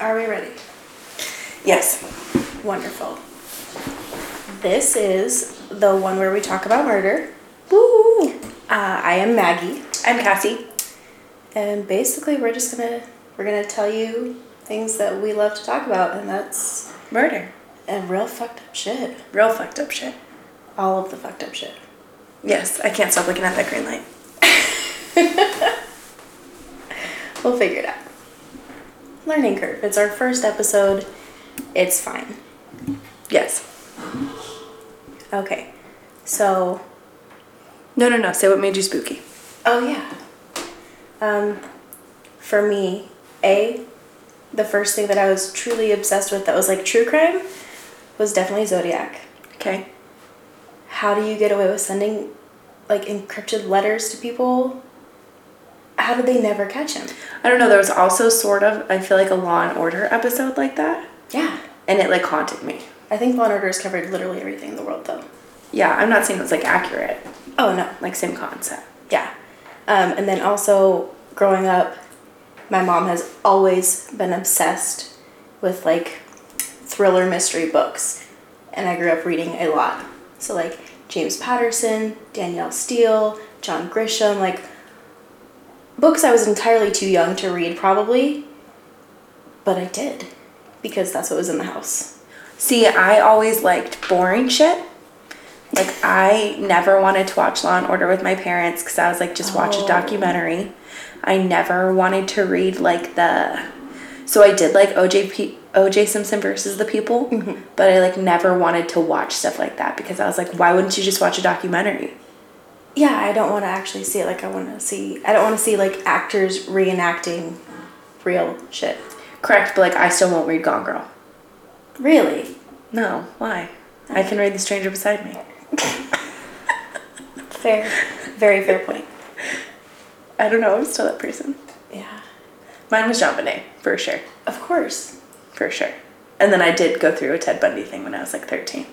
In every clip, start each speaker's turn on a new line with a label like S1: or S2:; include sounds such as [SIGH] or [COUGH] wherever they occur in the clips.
S1: Are we ready?
S2: Yes.
S1: Wonderful. This is the one where we talk about murder. Woo! Uh, I am Maggie,
S2: I'm Cassie.
S1: and basically we're just gonna we're gonna tell you things that we love to talk about, and that's
S2: Murder.
S1: a real fucked up shit.
S2: Real fucked up shit.
S1: All of the fucked up shit.
S2: Yes, I can't stop looking at that green light.
S1: We'll figure it out. Learning curve. It's our first episode. It's fine.
S2: Yes.
S1: Okay. So
S2: No, no, no. Say what made you spooky.
S1: Oh yeah. Um, for me, a the first thing that I was truly obsessed with that was like true crime was definitely Zodiac.
S2: Okay.
S1: How do you get away with sending like encrypted letters to people? How did they never catch him?
S2: I don't know. There was also sort of, I feel like, a Law and Order episode like that.
S1: Yeah,
S2: And it, like, haunted me.
S1: I think Law and Order has covered literally everything in the world though.
S2: Yeah, I'm not saying it was, like, accurate.
S1: Oh no,
S2: Like, same concept.
S1: yeah. Um, and then also growing up, my mom has always been obsessed with like thriller mystery books, and I grew up reading a lot. So like James Patterson, Danielle Steele, John Grisham, like books I was entirely too young to read probably, but I did because that's what was in the house.
S2: See, I always liked boring shit. Like, I never wanted to watch Law and Order with my parents because I was like, just watch
S1: Oh.
S2: a documentary. I never wanted to read, like, the. So I did like OJ P- OJ Simpson versus the People, but I like never wanted to watch stuff like that because I was like, why wouldn't you just watch a documentary?
S1: Yeah, I don't want to actually see it. Like I want to see. I don't want to see like actors reenacting real shit.
S2: Correct, but like I still won't read Gone Girl.
S1: Really?
S2: No, why? I can read The Stranger Beside Me.
S1: Fair. Very fair point.
S2: I don't know. I'm still that person.
S1: Yeah.
S2: Mine was Jean Bonnet for sure.
S1: Of course.
S2: For sure. And then I did go through a Ted Bundy thing when I was like 13.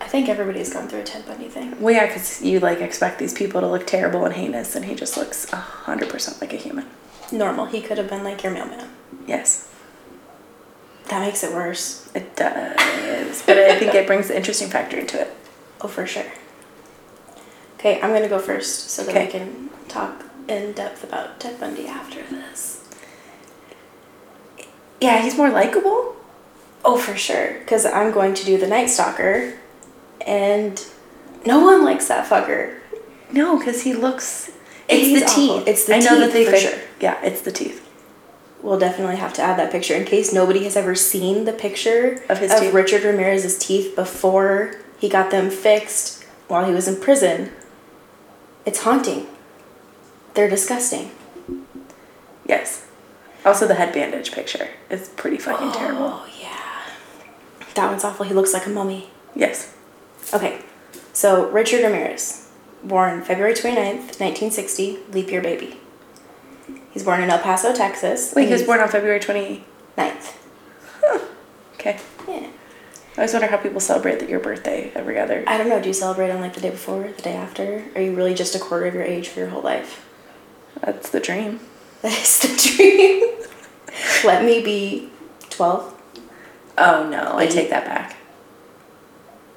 S1: I think everybody's gone through a Ted Bundy thing.
S2: Well, yeah, because you like expect these people to look terrible and heinous, and he just looks 100% like a human.
S1: Normal. He could have been like your mailman.
S2: Yes,
S1: That makes it worse.
S2: it does. but I think it brings the interesting factor into it.
S1: Oh, for sure. Okay, I'm gonna go first so that we
S2: Okay.
S1: can talk in depth about Ted Bundy after this.
S2: Yeah, he's more likable.
S1: Oh, for sure. Because I'm going to do the Night Stalker, and no one likes that fucker.
S2: No, because he looks.
S1: He's
S2: It's the
S1: awful.
S2: teeth.
S1: It's the
S2: I know
S1: teeth
S2: that they
S1: for
S2: fix-
S1: sure.
S2: Yeah, it's the teeth.
S1: We'll definitely have to add that picture in case nobody has ever seen the picture
S2: Of his teeth?
S1: Richard Ramirez's teeth before he got them fixed while he was in prison. It's haunting. They're disgusting.
S2: Yes. Also, the head bandage picture is pretty fucking terrible.
S1: [GASPS] Oh yeah. That one's awful. He looks like a mummy.
S2: Yes.
S1: Okay. So Richard Ramirez, born February 29th, 1960, leap year baby. He's born in El Paso, Texas.
S2: Wait, he was born on February 20.
S1: 9th.
S2: Okay.
S1: Yeah.
S2: I always wonder how people celebrate that your birthday every other.
S1: I don't know. Do you celebrate on like the day before, the day after? Are you really just a quarter of your age for your whole life?
S2: That's the dream.
S1: That is the dream. Let me be 12.
S2: Oh no, I
S1: Eight.
S2: take that back.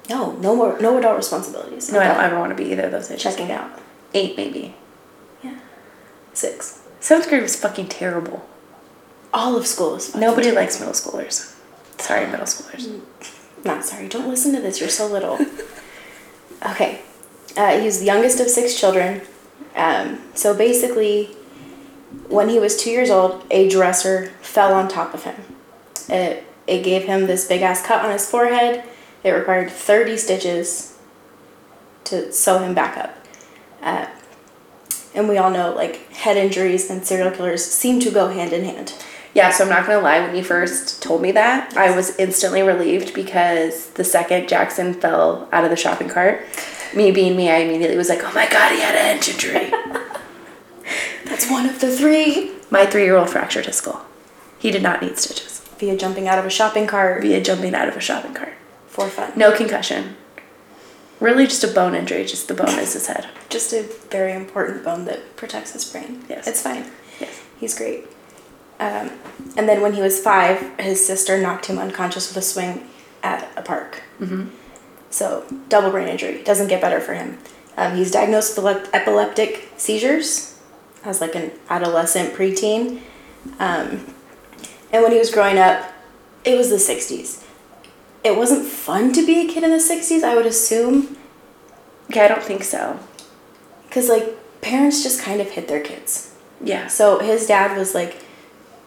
S1: No, no more, no adult responsibilities.
S2: No, I don't ever want to be either of those ages.
S1: Checking out.
S2: Eight maybe.
S1: Yeah. Six.
S2: Seventh grade was fucking terrible.
S1: All of school is fun.
S2: Nobody likes middle schoolers. Sorry, middle schoolers.
S1: Not sorry. Don't listen to this. You're so little. okay. Uh, he was the youngest of six children. Um, so basically, when he was two years old, a dresser fell on top of him. It, it gave him this big ass cut on his forehead. It required 30 stitches to sew him back up. Uh, and we all know like head injuries and serial killers seem to go hand in hand.
S2: Yeah, so I'm not gonna lie. When you first told me that, I was instantly relieved because the second Jackson fell out of the shopping cart, me being me, I immediately was like, "Oh my god, he had a head injury."
S1: That's one of the three
S2: my three-year-old fractured his skull. He did not need stitches
S1: via jumping out of a shopping cart
S2: via jumping out of a shopping cart.
S1: for fun.
S2: No concussion. Really, just a bone injury. Just the bone is his head.
S1: just a very important bone that protects his brain.
S2: Yes.
S1: It's fine.
S2: Yes.
S1: He's great. Um, and then when he was five, his sister knocked him unconscious with a swing at a park.
S2: Mm-hmm.
S1: So double brain injury doesn't get better for him. Um, he's diagnosed with elep- epileptic seizures as like an adolescent preteen. Um, and when he was growing up, it was the 60s. It wasn't fun to be a kid in the 60s, I would assume,
S2: Okay, I don't think so.
S1: because like parents just kind of hit their kids.
S2: Yeah.
S1: So his dad was like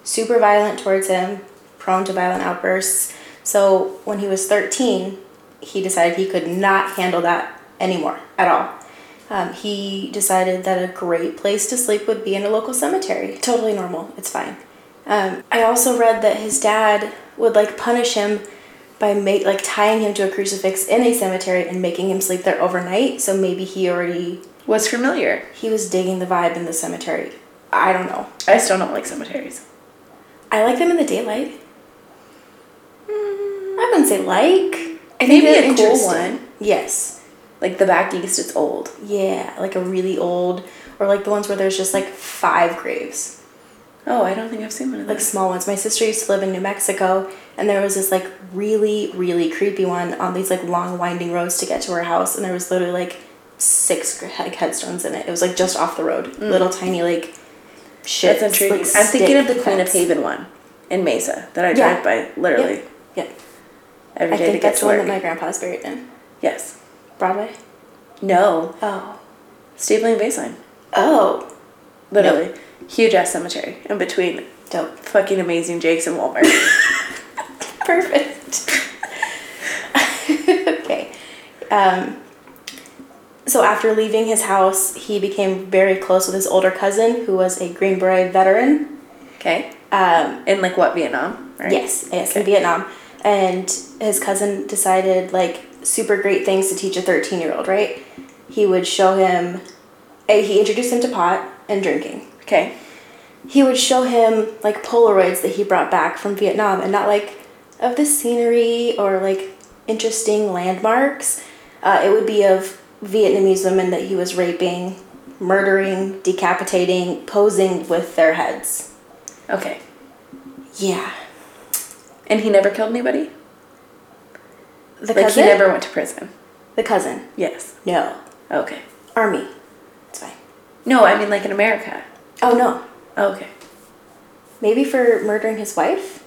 S1: super violent towards him, prone to violent outbursts. So when he was 13, he decided he could not handle that anymore at all. Um, he decided that a great place to sleep would be in a local cemetery. Totally normal, it's fine. Um, I also read that his dad would like punish him by make like tying him to a crucifix in a cemetery and making him sleep there overnight. So maybe he already
S2: Was familiar.
S1: he was digging the vibe in the cemetery. I don't know.
S2: I still don't like cemeteries.
S1: I like them in the daylight. I wouldn't say like. I
S2: Mm. Maybe
S1: they're
S2: a cool
S1: interesting.
S2: one.
S1: Yes.
S2: Like the back east, it's old.
S1: Yeah, like a really old, or like the ones where there's just like five graves,
S2: Oh, I don't think I've seen one of
S1: like
S2: those.
S1: small ones. My sister used to live in New Mexico, and there was this like really, really creepy one on these like long winding roads to get to her house, and there was literally like six gr- like headstones in it. It was like just off the road, little tiny like shit.
S2: Mm. That's intriguing.
S1: like,
S2: I'm thinking of the
S1: stick
S2: Queen of
S1: fence.
S2: Haven one in Mesa that I
S1: Yeah.
S2: drive by literally
S1: Yep. yep.
S2: every
S1: I
S2: day to
S1: think
S2: get
S1: that's
S2: to
S1: the one
S2: work.
S1: that my grandpa's buried in.
S2: yes.
S1: Broadway?
S2: No.
S1: Oh.
S2: Stapling Baseline.
S1: Oh.
S2: Literally. Huge ass cemetery in between
S1: Dope.
S2: fucking amazing Jake's and Walmart.
S1: [LAUGHS] Perfect. [LAUGHS] okay. Um, so after leaving his house, he became very close with his older cousin, who was a Green Beret veteran.
S2: okay.
S1: Um,
S2: In like what, Vietnam? Right?
S1: Yes, yes, in Vietnam. And his cousin decided, like, super great things to teach a 13 year old, right? He would show him, eh, he introduced him to pot and drinking.
S2: Okay.
S1: he would show him like Polaroids that he brought back from Vietnam and not like of the scenery or like interesting landmarks. Uh, it would be of Vietnamese women that he was raping, murdering, decapitating, posing with their heads.
S2: Okay.
S1: Yeah.
S2: And he never killed anybody?
S1: The
S2: Like
S1: cousin?
S2: he never went to prison.
S1: the cousin.
S2: Yes.
S1: No.
S2: Okay.
S1: Army. It's fine.
S2: No, I mean like in America.
S1: Oh no.
S2: Okay.
S1: Maybe for murdering his wife?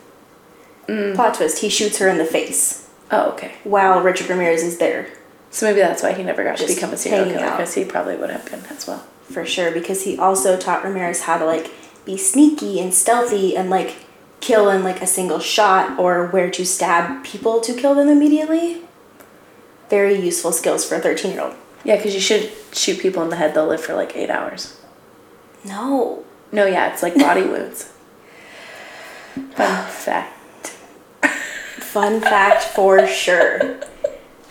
S2: Mm.
S1: Plot twist, he shoots her in the face
S2: Oh, okay.
S1: while Richard Ramirez is there.
S2: So maybe that's why he never got
S1: Just
S2: to become a serial
S1: hanging
S2: killer
S1: out.
S2: because he probably would have been as well.
S1: for sure because he also taught Ramirez how to like be sneaky and stealthy and like kill in like a single shot or where to stab people to kill them immediately. Very useful skills for a 13 year old.
S2: Yeah, because you should shoot people in the head; they'll live for like eight hours.
S1: No.
S2: No, yeah, it's like
S1: [LAUGHS]
S2: body wounds. Fun fact.
S1: Fun fact for sure.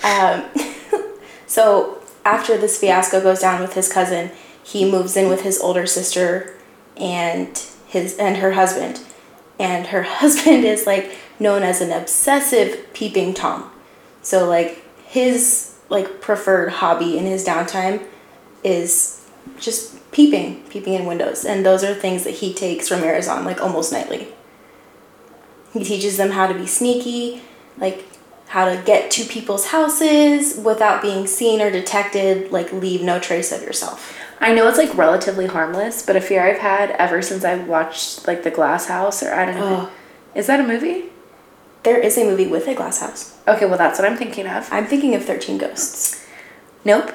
S1: Um, [LAUGHS] so after this fiasco goes down with his cousin, he moves in with his older sister and his and her husband. And her [LAUGHS] husband is like known as an obsessive peeping tom. So like his like preferred hobby in his downtime is just peeping, peeping in windows. And those are things that he takes Ramirez on like almost nightly. He teaches them how to be sneaky, like how to get to people's houses without being seen or detected, like leave no trace of yourself.
S2: I know it's like relatively harmless, but a fear I've had ever since I watched like The Glass House, or I don't know,
S1: Oh.
S2: is that a movie?
S1: There is a movie with a glass house.
S2: Okay, well that's what I'm thinking of.
S1: I'm thinking of 13 Ghosts.
S2: Nope.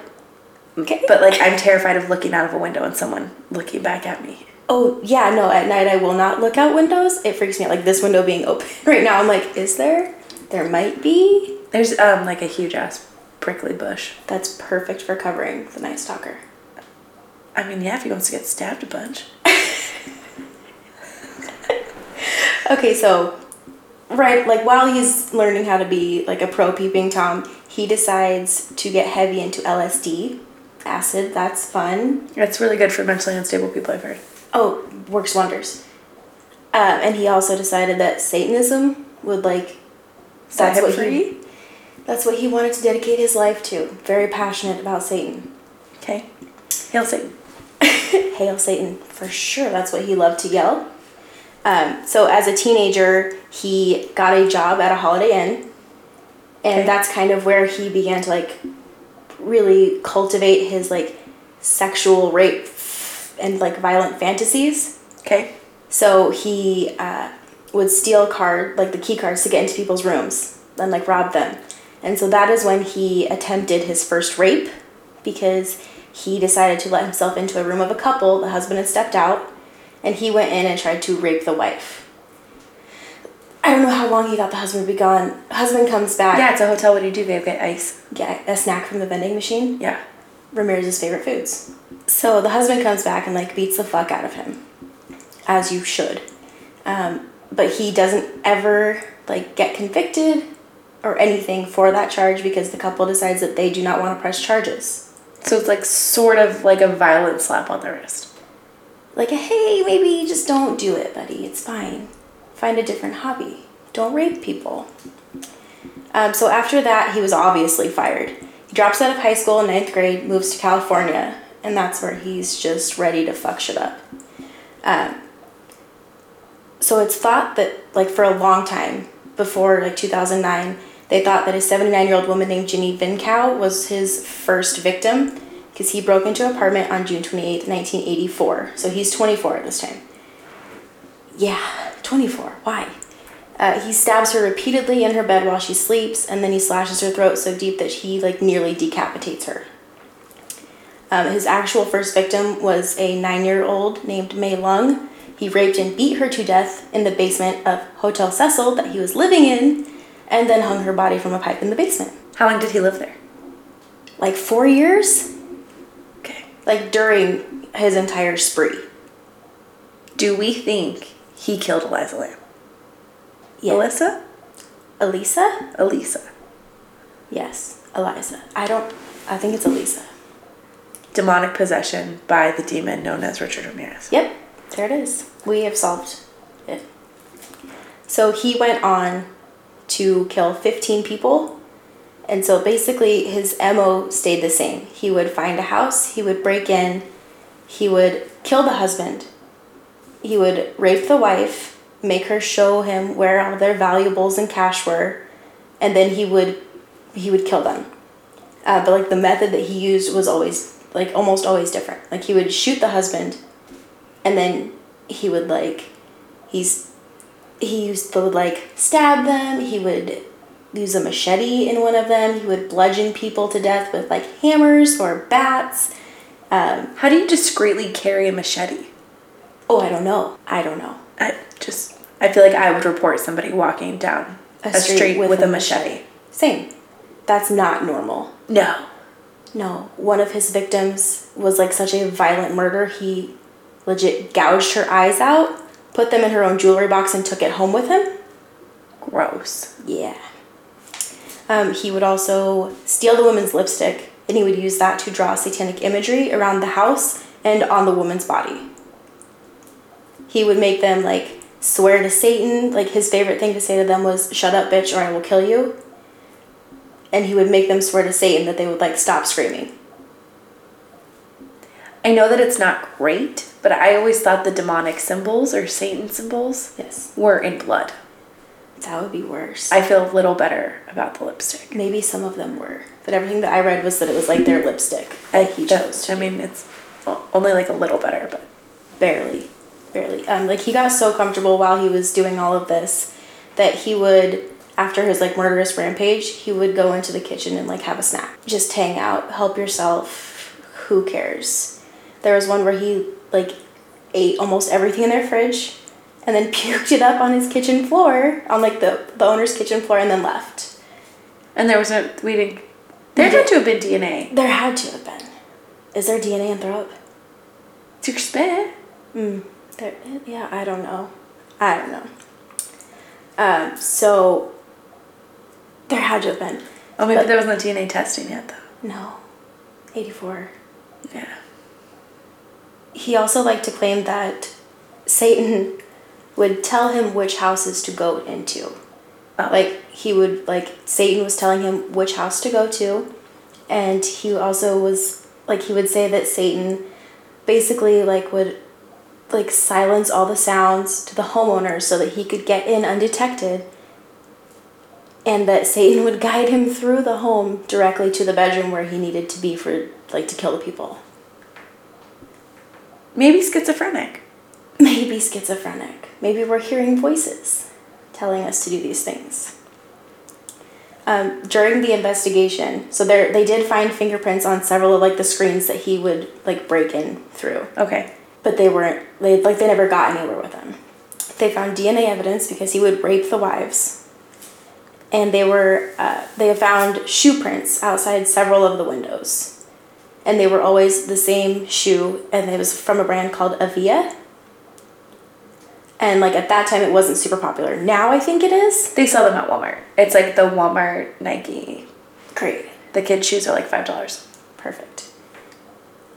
S1: Okay.
S2: But like I'm terrified of looking out of a window and someone looking back at me.
S1: oh, yeah, no, at night I will not look out windows. It freaks me out. Like this window being open [LAUGHS] right now, I'm like, is there? There might be.
S2: There's um like a huge ass prickly bush.
S1: That's perfect for covering the Night Stalker.
S2: I mean, yeah, if he wants to get stabbed a bunch.
S1: Okay, so right like while he's learning how to be like a pro peeping tom, he decides to get heavy into LSD, acid, that's fun.
S2: That's really good for mentally unstable people. I've heard.
S1: Oh, works wonders. Um, and he also decided that Satanism would like
S2: Set
S1: that's
S2: him
S1: what
S2: free?
S1: he that's what he wanted to dedicate his life to. Very passionate about Satan.
S2: Okay. Hail Satan.
S1: [LAUGHS] Hail Satan for sure. That's what he loved to yell. Um, so as a teenager, he got a job at a Holiday Inn, and
S2: Okay.
S1: that's kind of where he began to like really cultivate his like sexual rape and like violent fantasies.
S2: Okay.
S1: So he uh, would steal card like the key cards to get into people's rooms and like rob them. And so that is when he attempted his first rape because he decided to let himself into a room of a couple. The husband had stepped out, and he went in and tried to rape the wife. I don't know how long he thought the husband would be gone. Husband comes back.
S2: Yeah, it's a hotel. What do you do? They get ice.
S1: Get a snack from the vending machine.
S2: Yeah.
S1: Ramirez's favorite foods. So the husband comes back and like beats the fuck out of him, as you should. Um, but he doesn't ever like get convicted or anything for that charge because the couple decides that they do not want to press charges.
S2: So it's like sort of like a violent slap on the wrist.
S1: Like, hey, maybe just don't do it, buddy. It's fine. Find a different hobby. Don't rape people. Um, so after that, he was obviously fired. He drops out of high school in ninth grade, moves to California, and that's where he's just ready to fuck shit up. Um, so it's thought that, like, for a long time, before like 2009, they thought that a 79 year old woman named Ginny Vincow was his first victim because he broke into an apartment on June 28, 1984. So he's 24 at this time. Yeah, 24. Why? Uh, he stabs her repeatedly in her bed while she sleeps, and then he slashes her throat so deep that he like nearly decapitates her. Um, his actual first victim was a nine-year-old named Mei Lung. He raped and beat her to death in the basement of Hotel Cecil that he was living in, and then hung her body from a pipe in the basement.
S2: How long did he live there?
S1: Like four years,
S2: Okay.
S1: like during his entire spree.
S2: Do we think he killed Eliza Lamb?
S1: Yeah.
S2: Alyssa?
S1: Elisa?
S2: Elisa.
S1: Yes, Eliza. I don't. I think it's Elisa.
S2: Demonic possession by the demon known as Richard Ramirez.
S1: Yep, there it is. We have solved it. So he went on to kill 15 people. And so basically, his MO stayed the same. He would find a house, he would break in, he would kill the husband, he would rape the wife, make her show him where all their valuables and cash were, and then he would he would kill them. Uh, but like the method that he used was always like almost always different. Like he would shoot the husband, and then he would like he's he used to like stab them he would use a machete in one of them he would bludgeon people to death with like hammers or bats um,
S2: How do you discreetly carry a machete?
S1: oh i don't know i don't know
S2: I just, I feel like I would report somebody walking down a, street, with, a machete.
S1: same that's not normal
S2: No.
S1: no one of his victims was like such a violent murder he legit gouged her eyes out put them in her own jewelry box and took it home with him
S2: Gross.
S1: Yeah. Um, he would also steal the woman's lipstick and he would use that to draw satanic imagery around the house and on the woman's body. He would make them like swear to Satan. Like his favorite thing to say to them was, shut up, bitch, or I will kill you. And he would make them swear to Satan that they would like stop screaming.
S2: I know that it's not great, but I always thought the demonic symbols or Satan symbols
S1: Yes.
S2: were in blood.
S1: That would be worse.
S2: I feel a little better about the lipstick.
S1: Maybe some of them were. But everything that I read was that it was like their lipstick that he
S2: That-
S1: chose.
S2: I mean, it's o- only like a little better, but
S1: barely barely um, like he got so comfortable while he was doing all of this that he would after his like murderous rampage he would go into the kitchen and like have a snack just hang out help yourself who cares there was one where he like ate almost everything in their fridge and then [LAUGHS] puked it up on his kitchen floor on like the, the owner's kitchen floor and then left
S2: And there was no, we didn't, there had to have been DNA.
S1: there had to have been is there dna in throw up
S2: It's your spit.
S1: Mm, There, yeah, I don't know. I don't know. Um, so there had to have been
S2: Oh, maybe there was no DNA testing yet, though.
S1: no, eighty four.
S2: Yeah.
S1: He also liked to claim that Satan would tell him which houses to go into.
S2: Oh.
S1: Like he would like Satan was telling him which house to go to, and he also was like he would say that Satan basically like would like silence all the sounds to the homeowner so that he could get in undetected and that Satan would guide him through the home directly to the bedroom where he needed to be for like to kill the people.
S2: Maybe schizophrenic.
S1: Maybe schizophrenic. Maybe we're hearing voices telling us to do these things. Um, during the investigation, so there they did find fingerprints on several of like the screens that he would like break in through.
S2: Okay.
S1: but they weren't they like they never got anywhere with him. They found DNA evidence because he would rape the wives, and they were uh, they found shoe prints outside several of the windows, and they were always the same shoe, and it was from a brand called Avia. And like at that time, it wasn't super popular. Now I think it is.
S2: They sell them at Walmart. It's like the Walmart Nike.
S1: Great.
S2: The kids' shoes are like five dollars.
S1: Perfect.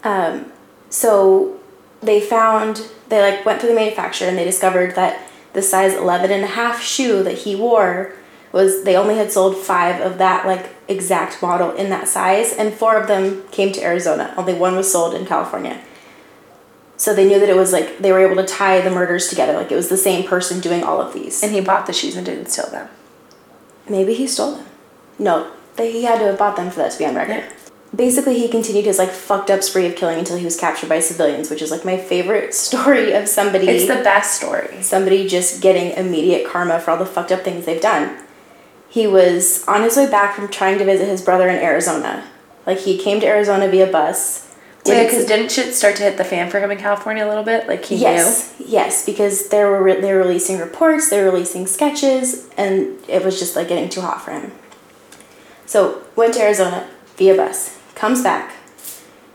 S1: Um, so they found they like went through the manufacturer and they discovered that the size 11 and a half shoe that he wore was they only had sold five of that like exact model in that size and four of them came to arizona only one was sold in california so they knew that it was like they were able to tie the murders together like it was the same person doing all of these
S2: And he bought the shoes and didn't steal them.
S1: Maybe he stole them. No, they, he had to have bought them for that to be on record.
S2: Yeah.
S1: Basically, he continued his like fucked up spree of killing until he was captured by civilians, which is like my favorite [LAUGHS] story of somebody
S2: It's the best story.
S1: somebody just getting immediate karma for all the fucked up things they've done. He was on his way back from trying to visit his brother in Arizona. Like he came to Arizona via bus.
S2: Yeah,
S1: didn't-
S2: because didn't shit start to hit the fan for him in California a little bit? Like he
S1: Yes, yes, because they were re- they were releasing reports, they were releasing sketches, and it was just like getting too hot for him. So went to Arizona via bus, comes back.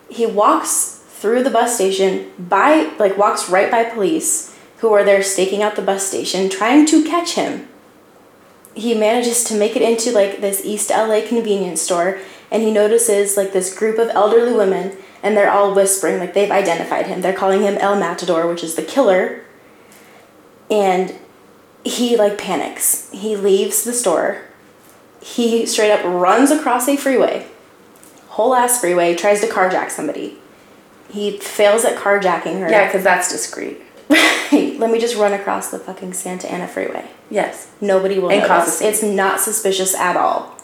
S1: He walks through the bus station by like walks right by police who are there staking out the bus station trying to catch him. He manages to make it into like this East LA convenience store and he notices like this group of elderly women and they're all whispering like they've identified him. They're calling him El Matador, which is the killer. And he like panics. He leaves the store. He straight up runs across a freeway. Whole ass freeway, tries to carjack somebody. He fails at carjacking her.
S2: knew. Yeah, because that's discreet.
S1: [LAUGHS] Right. Let me just run across the fucking Santa Ana freeway.
S2: Yes.
S1: Nobody will
S2: And cause a
S1: notice.
S2: scene.
S1: It's not suspicious at all.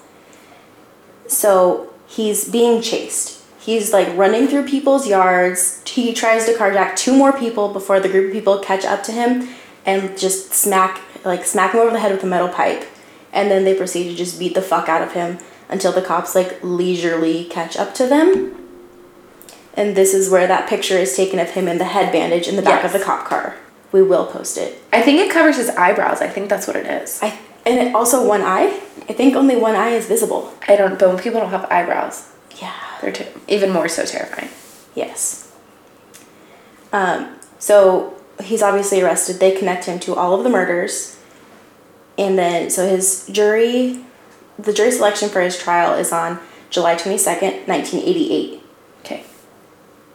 S1: So he's being chased. He's like running through people's yards. He tries to carjack two more people before the group of people catch up to him and just smack like smack him over the head with a metal pipe. And then they proceed to just beat the fuck out of him until the cops like leisurely catch up to them. And this is where that picture is taken of him in the head bandage in the back
S2: Yes.
S1: of the cop car. We will post it.
S2: I think it covers his eyebrows. I think that's what it is.
S1: I and it, also one eye. I think only one eye is visible.
S2: I don't. But when people don't have eyebrows,
S1: Yeah.
S2: they're ter- even more so terrifying.
S1: Yes. Um, so he's obviously arrested. They connect him to all of the murders, and then so his jury, the jury selection for his trial is on July twenty second, nineteen eighty eight.
S2: Okay.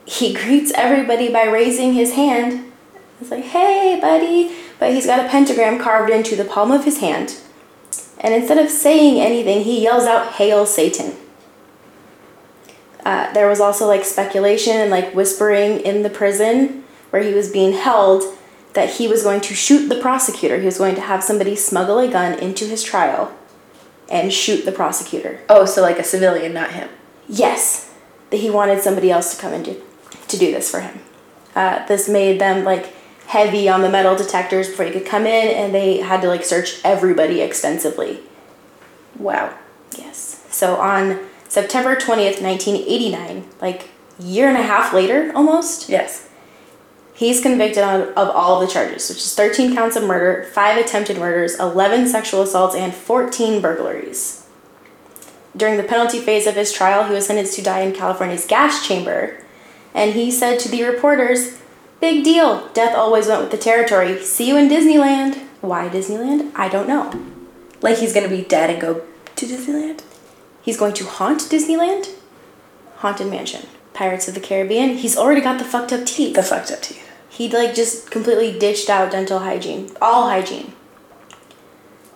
S1: He [LAUGHS] greets everybody by raising his hand. It's like, hey, buddy. But he's got a pentagram carved into the palm of his hand. And instead of saying anything, he yells out, Hail Satan. Uh, there was also like speculation and like whispering in the prison where he was being held that he was going to shoot the prosecutor. He was going to have somebody smuggle a gun into his trial and shoot the prosecutor.
S2: Oh, so like a civilian, not him.
S1: Yes, that he wanted somebody else to come and do, to do this for him. Uh, this made them like heavy on the metal detectors before he could come in, and they had to like search everybody extensively.
S2: Wow.
S1: Yes. So on September 20th, 1989, like year and a half later almost,
S2: Yes.
S1: He's convicted on, of all the charges, which is 13 counts of murder, 5 attempted murders, 11 sexual assaults, and 14 burglaries. During the penalty phase of his trial, he was sentenced to die in California's gas chamber. And he said to the reporters, Big deal. Death always went with the territory. See you in Disneyland. Why Disneyland? I don't know.
S2: Like he's gonna be dead and go to Disneyland.
S1: He's going to haunt Disneyland? Haunted Mansion. Pirates of the Caribbean. He's already got the fucked up teeth.
S2: The fucked up teeth.
S1: He like just completely ditched out dental hygiene, all hygiene.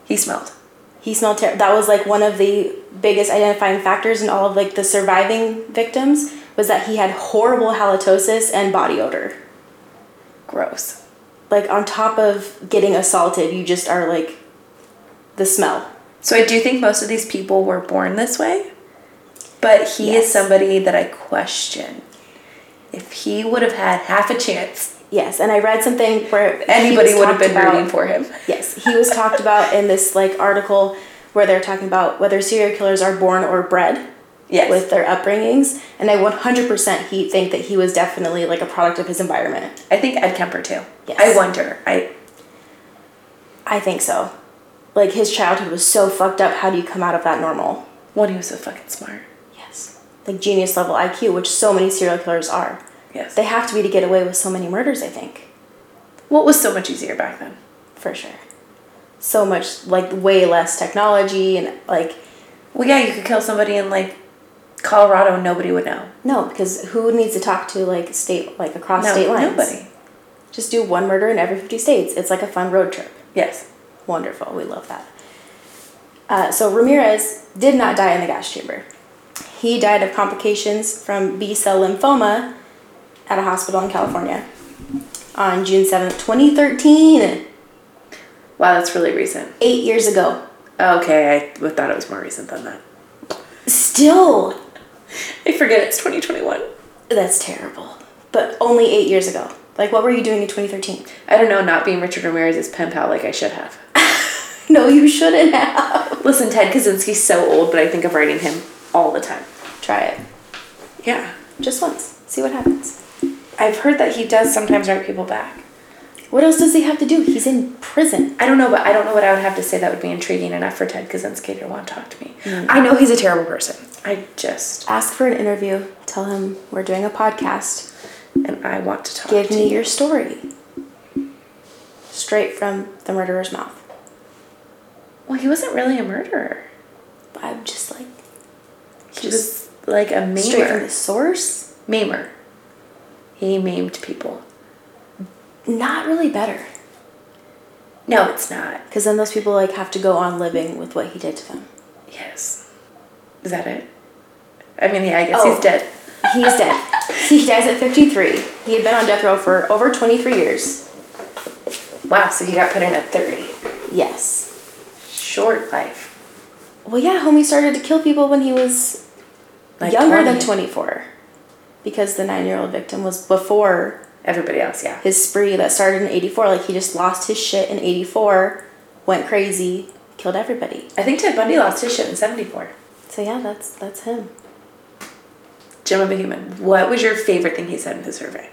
S2: He smelled.
S1: He smelled terrible. That was like one of the biggest identifying factors in all of like the surviving victims was that he had horrible halitosis and body odor.
S2: gross.
S1: Like on top of getting assaulted, you just are like the smell.
S2: So I do think most of these people were born this way, but he
S1: Yes.
S2: is somebody that I question. If he would have had half a chance,
S1: Yes, and I read something where he
S2: anybody
S1: was
S2: would have
S1: talked
S2: been
S1: about-
S2: rooting for him.
S1: Yes, he was talked about in this like article where they're talking about whether serial killers are born or bred
S2: Yes.
S1: with their upbringings, and I 100% he think that he was definitely like a product of his environment.
S2: I think Ed Kemper too.
S1: Yes.
S2: I wonder. I
S1: I think so. Like his childhood was so fucked up. How do you come out of that normal?
S2: one he was so fucking smart.
S1: Yes. Like genius level IQ, which so many serial killers are.
S2: Yes.
S1: They have to be to get away with so many murders, I think.
S2: What was so much easier back then?
S1: For sure. So much like way less technology and like
S2: Well, yeah, you could kill somebody in like Colorado and nobody would know.
S1: no, because who needs to talk to like state like across
S2: No,
S1: state lines?
S2: nobody.
S1: Just do one murder in every 50 states. It's like a fun road trip.
S2: Yes.
S1: Wonderful. We love that. Uh, so Ramirez did not die in the gas chamber. He died of complications from B cell lymphoma at a hospital in California on June 7th, 2013,
S2: Wow, that's really recent.
S1: eight years ago.
S2: Okay, I thought it was more recent than that.
S1: Still,
S2: I forget it's 2021.
S1: that's terrible. But only eight years ago. Like, what were you doing in 2013?
S2: I don't know, not being Richard Ramirez's pen pal like I should have.
S1: [LAUGHS] No, you shouldn't have.
S2: Listen, Ted Kaczynski's so old, but I think of writing him all the time.
S1: Try it.
S2: Yeah.
S1: Just once. See what happens.
S2: I've heard that he does sometimes write people back.
S1: What else does he have to do? He's in prison.
S2: I don't know, but I don't know what I would have to say that would be intriguing enough for Ted Kaczynski to want to talk to me. I know he's a terrible person. I just,
S1: Ask for an interview. Tell him we're doing a podcast.
S2: and I want to talk
S1: Give
S2: to
S1: me
S2: you.
S1: your story. Straight from the murderer's mouth.
S2: Well, he wasn't really a murderer.
S1: I'm just like
S2: He
S1: Just-
S2: was like a maimer.
S1: straight from the source.
S2: Maimer. He maimed people.
S1: Not really better,
S2: No, it's not.
S1: because then those people like have to go on living with what he did to them.
S2: Yes. Is that it? I mean, yeah, I guess
S1: Oh.
S2: he's dead.
S1: He's dead. he dies at 53. He had been on death row for over 23 years.
S2: Wow, so he got put in at 30.
S1: Yes.
S2: Short life.
S1: Well, yeah, homie started to kill people when he was
S2: Like
S1: younger than 24, because the nine-year-old victim was before
S2: Everybody else, yeah.
S1: his spree that started in 84 like he just lost his shit in 84 went crazy killed everybody
S2: I think Ted Bundy lost his shit in 74.
S1: so yeah that's that's him
S2: Jim of a Human. What was your favorite thing he said in his survey?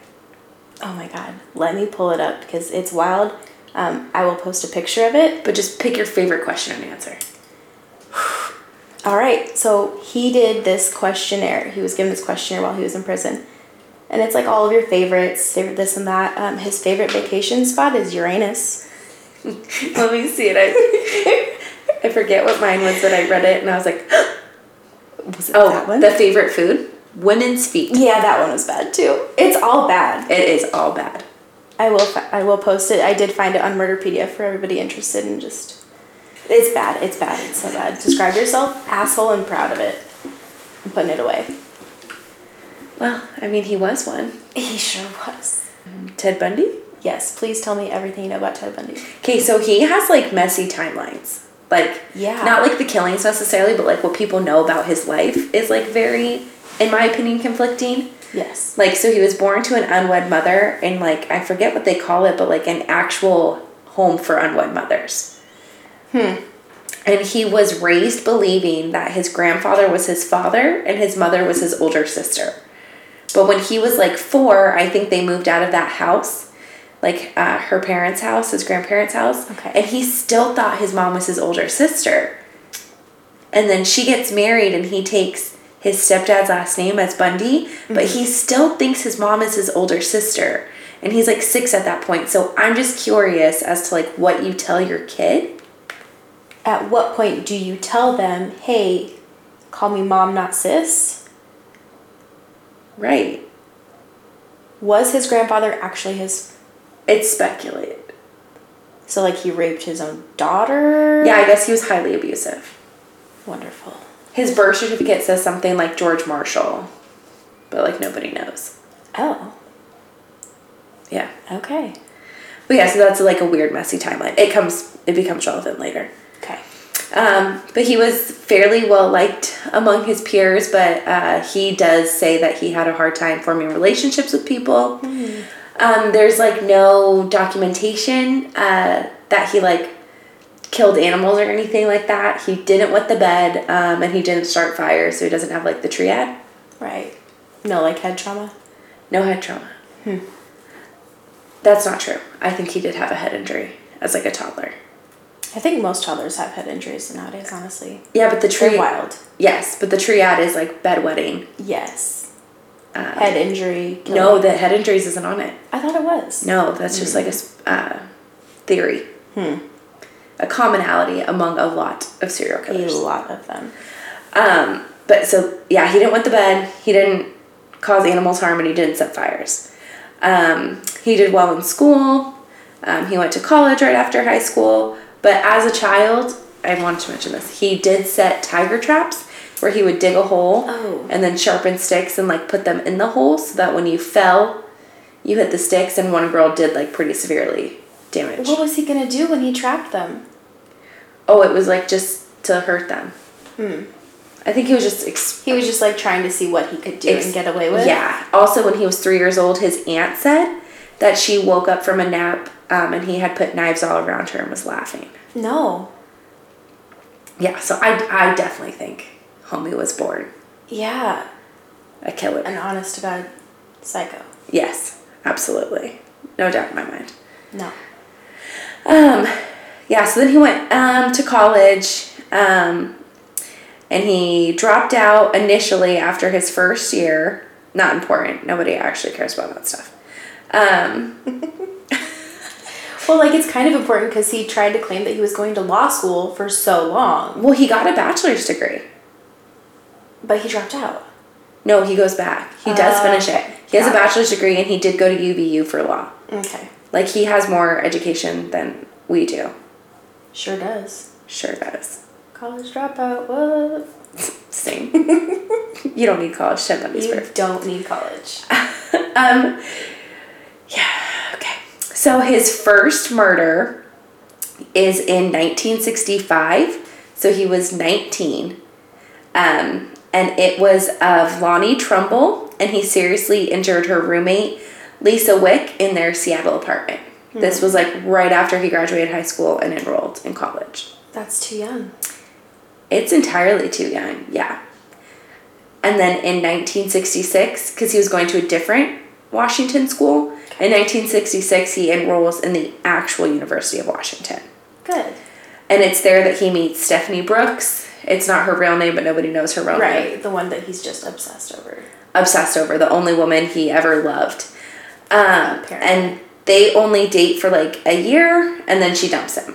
S1: oh my god let me pull it up because it's wild um, i will post a picture of it
S2: But just pick your favorite question and answer.
S1: all right so he did this questionnaire he was given this questionnaire while he was in prison and it's like all of your favorites favorite this and that um, his favorite vacation spot is uranus
S2: Let me see it. I, [LAUGHS] I forget what mine was, but I read it and I was like, [GASPS]
S1: was it
S2: oh,
S1: that one
S2: the favorite food? Women's feet.
S1: yeah that one was bad too it's all bad
S2: It is all bad.
S1: I will. fi- I will post it. I did find it on Murderpedia for everybody interested in just. It's bad. It's bad. It's so bad. Describe yourself, asshole, and proud of it. I'm putting it away.
S2: Well, I mean, he was one.
S1: He sure was.
S2: Ted Bundy?
S1: Yes. Please tell me everything you know about Ted Bundy.
S2: Okay, so he has like messy timelines. Like,
S1: Yeah.
S2: not like the killings necessarily, but like what people know about his life is like very, in my opinion, conflicting.
S1: Yes.
S2: Like, so he was born to an unwed mother in like, I forget what they call it, but like an actual home for unwed mothers. Hmm. And he was raised believing that his grandfather was his father and his mother was his older sister. But when he was like four, I think they moved out of that house, like uh, her parents' house, his grandparents' house.
S1: Okay.
S2: And he still thought his mom was his older sister. And then she gets married and he takes his stepdad's last name as Bundy, but he still thinks his mom is his older sister. And he's like six at that point. So I'm just curious as to like what you tell your kid.
S1: At what point do you tell them, "Hey, call me mom, not sis"?
S2: Right.
S1: Was his grandfather actually his?
S2: It's speculated.
S1: So like he raped his own daughter.
S2: Yeah, I guess he was highly abusive.
S1: Wonderful.
S2: His birth certificate says something like George Marshall, but like nobody knows.
S1: Oh.
S2: Yeah.
S1: Okay.
S2: But yeah, so that's like a weird, messy timeline. It comes, it becomes relevant later.
S1: Okay.
S2: Um, but he was fairly well liked among his peers, but uh, he does say that he had a hard time forming relationships with people. Um, there's like no documentation uh, that he like killed animals or anything like that. He didn't wet the bed, um, and he didn't start fires, so he doesn't have like the triad.
S1: Right. No, like head trauma.
S2: No head trauma. That's not true. I think he did have a head injury as like a toddler.
S1: I think most toddlers have head injuries nowadays. Honestly,
S2: Yeah, but the
S1: they're
S2: triad.
S1: wild.
S2: Yes, but the triad is like bedwetting.
S1: Yes.
S2: Um,
S1: Head injury. killing.
S2: No, the head injuries isn't on it.
S1: I thought it was.
S2: No, that's just like a s- uh, theory. A commonality among a lot of serial
S1: A
S2: killers.
S1: lot of them.
S2: Um, but so yeah, he didn't wet the bed. He didn't cause animals harm, and he didn't set fires. Um, he did well in school. Um, he went to college right after high school. But as a child, I wanted to mention this. He did set tiger traps where he would dig a hole
S1: Oh.
S2: and then sharpen sticks and like put them in the hole so that when you fell, you hit the sticks. And one girl did like pretty severely damage.
S1: What was he gonna do when he trapped them?
S2: Oh, it was like just to hurt them.
S1: Hmm.
S2: I think he was just ex-
S1: He was just like trying to see what he could do and get away with.
S2: Yeah. Also, when he was three years old, his aunt said that she woke up from a nap um, and he had put knives all around her and was laughing.
S1: No.
S2: Yeah. So I, I definitely think homie was born
S1: Yeah.
S2: a killer.
S1: An honest to God psycho.
S2: Yes, absolutely. No doubt in my mind.
S1: No.
S2: Um, yeah. So then he went um, to college. Um, and he dropped out initially after his first year. Not important. Nobody actually cares about that stuff. Um,
S1: Well, like it's kind of important because he tried to claim that he was going to law school for so long,
S2: well, he got a bachelor's degree.
S1: but he dropped out.
S2: No, he goes back. He does
S1: Oh,
S2: finish it.
S1: okay.
S2: He has a
S1: Got it.
S2: bachelor's degree and he did go to UVU for law.
S1: Okay.
S2: Like he has more education than we do.
S1: Sure does.
S2: Sure does.
S1: College dropout. What?
S2: Same. [LAUGHS] you don't need college. Ten bunnies
S1: You
S2: worth.
S1: don't need
S2: [LAUGHS]
S1: college.
S2: Um. Yeah. Okay. So his first murder is in 1965. So he was 19. Um, and it was of Lonnie Trumbull, and he seriously injured her roommate, Lisa Wick, in their Seattle apartment. This was like right after he graduated high school and enrolled in college.
S1: That's too young.
S2: It's entirely too young, yeah. And then in 1966, because he was going to a different Washington school, in 1966 he enrolls in the actual University of Washington.
S1: Good.
S2: And it's there that he meets Stephanie Brooks. It's not her real name, but nobody knows her real name.
S1: Right. The one that he's just obsessed over.
S2: Obsessed over, the only woman he ever loved. Um,
S1: Apparently.
S2: and they only date for like a year, and then she dumps him.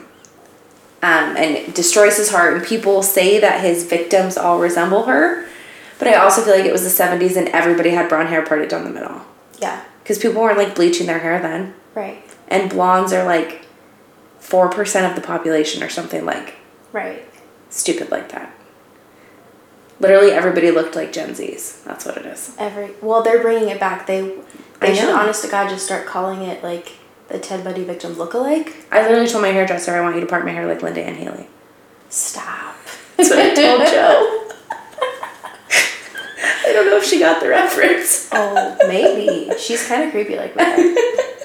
S2: um, and destroys his heart. And people say that his victims all resemble her, but I also feel like it was the 70s and everybody had brown hair parted down the middle
S1: Yeah.
S2: because people weren't like bleaching their hair then.
S1: Right.
S2: And blondes are like 4% of the population or something like
S1: Right.
S2: stupid like that. Literally everybody looked like Gen Zs. That's what it is.
S1: Every well, they're bringing it back. They they
S2: I
S1: should,
S2: know.
S1: honest to God, just start calling it like the Ted Bundy victim lookalike.
S2: I literally told my hairdresser I want you to part my hair like Linda Ann Haley.
S1: Stop.
S2: That's what I told [LAUGHS] Joe. I don't know if she got the reference.
S1: Oh, [LAUGHS] maybe she's kind of creepy like that.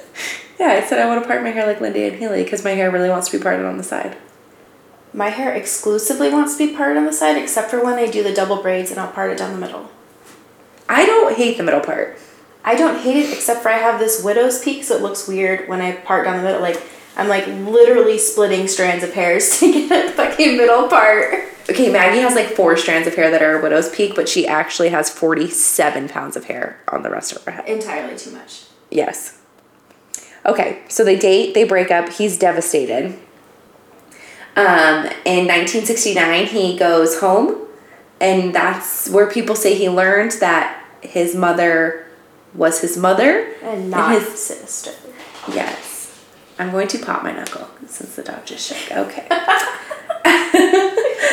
S2: Yeah, I said I want to part my hair like Lindy and Haley because my hair really wants to be parted on the side.
S1: My hair exclusively wants to be parted on the side, except for when I do the double braids and I'll part it down the middle.
S2: I don't hate the middle part.
S1: I don't hate it, except for I have this widow's peak, so it looks weird when I part down the middle. Like I'm like literally splitting strands of hairs [LAUGHS] to get a fucking middle part.
S2: Okay, Maggie has like four strands of hair that are a widow's peak, but she actually has 47 pounds of hair on the rest of her head.
S1: Entirely too much.
S2: Yes. Okay, so they date, they break up, he's devastated. Um, in 1969, he goes home, and that's where people say he learned that his mother was his mother
S1: And not
S2: his-
S1: sinister.
S2: Yes. I'm going to pop my knuckle since the dog just shook. Okay.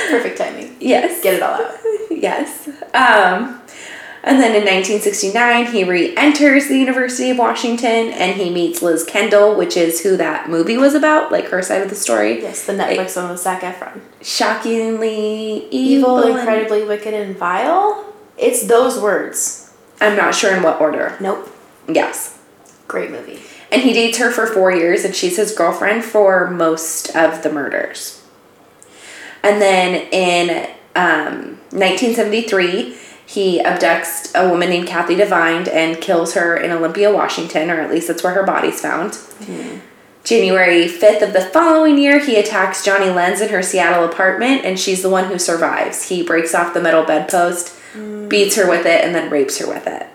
S1: Perfect timing.
S2: yes.
S1: Get it all out.
S2: Yes. Um, And then in 1969, he re enters the University of Washington and he meets Liz Kendall, which is who that movie was about, like her side of the
S1: [LAUGHS]
S2: story.
S1: Yes, the Netflix one with Zac Efron.
S2: Shockingly
S1: Evil,
S2: evil, and-
S1: incredibly wicked, and vile. It's those words.
S2: I'm not sure in what order.
S1: Nope.
S2: Yes.
S1: Great movie.
S2: And he dates her for four years, and she's his girlfriend for most of the murders. And then in um, 1973, he abducts a woman named Kathy Devine and kills her in Olympia, Washington, or at least that's where her body's found.
S1: Hmm.
S2: January 5th of the following year, he attacks Johnny Lenz in her Seattle apartment, and she's the one who survives. He breaks off the metal bedpost,
S1: Hmm.
S2: beats her with it, and then rapes her with it.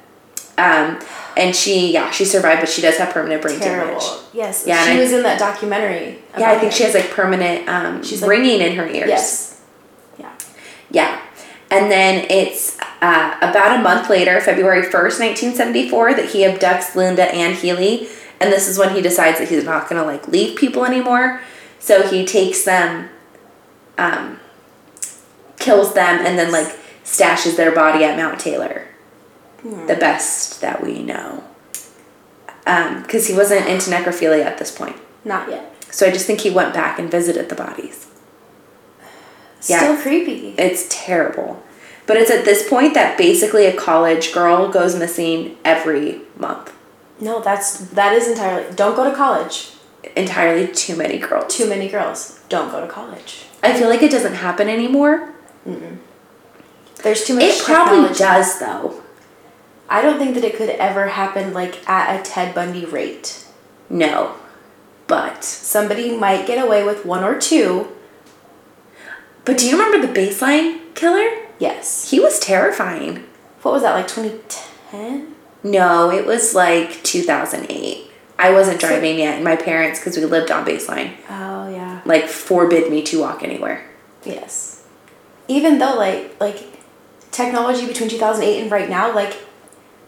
S2: Um, and she, yeah, she survived, but she does have permanent brain
S1: Terrible.
S2: damage.
S1: Yes.
S2: Yeah,
S1: she
S2: and I-
S1: was in that documentary.
S2: Yeah, I
S1: about
S2: think
S1: it.
S2: she has like permanent um,
S1: She's, like-
S2: ringing in her ears.
S1: Yes. Yeah.
S2: Yeah. And then it's uh, about a month later, February 1st, 1974, that he abducts Linda Ann Healy. And this is when he decides that he's not going to like leave people anymore. So he takes them, um, kills them, and then like stashes their body at Mount Taylor. The best that we know. Because he wasn't into necrophilia at this point.
S1: Not yet.
S2: So I just think he went back and visited the bodies. Yeah.
S1: Still creepy.
S2: It's terrible. But it's at this point that basically a college girl goes missing every month.
S1: No, that's that is entirely. Don't go to college.
S2: Entirely too many girls.
S1: Too many girls don't go to college.
S2: I feel like it doesn't happen anymore.
S1: There's too much.
S2: It probably
S1: technology.
S2: does though.
S1: I don't think that it could ever happen like at a Ted Bundy rate.
S2: No. But
S1: Somebody might get away with one or two.
S2: but do you remember the baseline killer?
S1: Yes.
S2: He was terrifying.
S1: What was that like 2010?
S2: No, it was like 2008. I wasn't driving yet, and my parents, because we lived on baseline,
S1: Oh yeah.
S2: like forbid me to walk anywhere.
S1: Yes. Even though like like technology between 2008 and right now like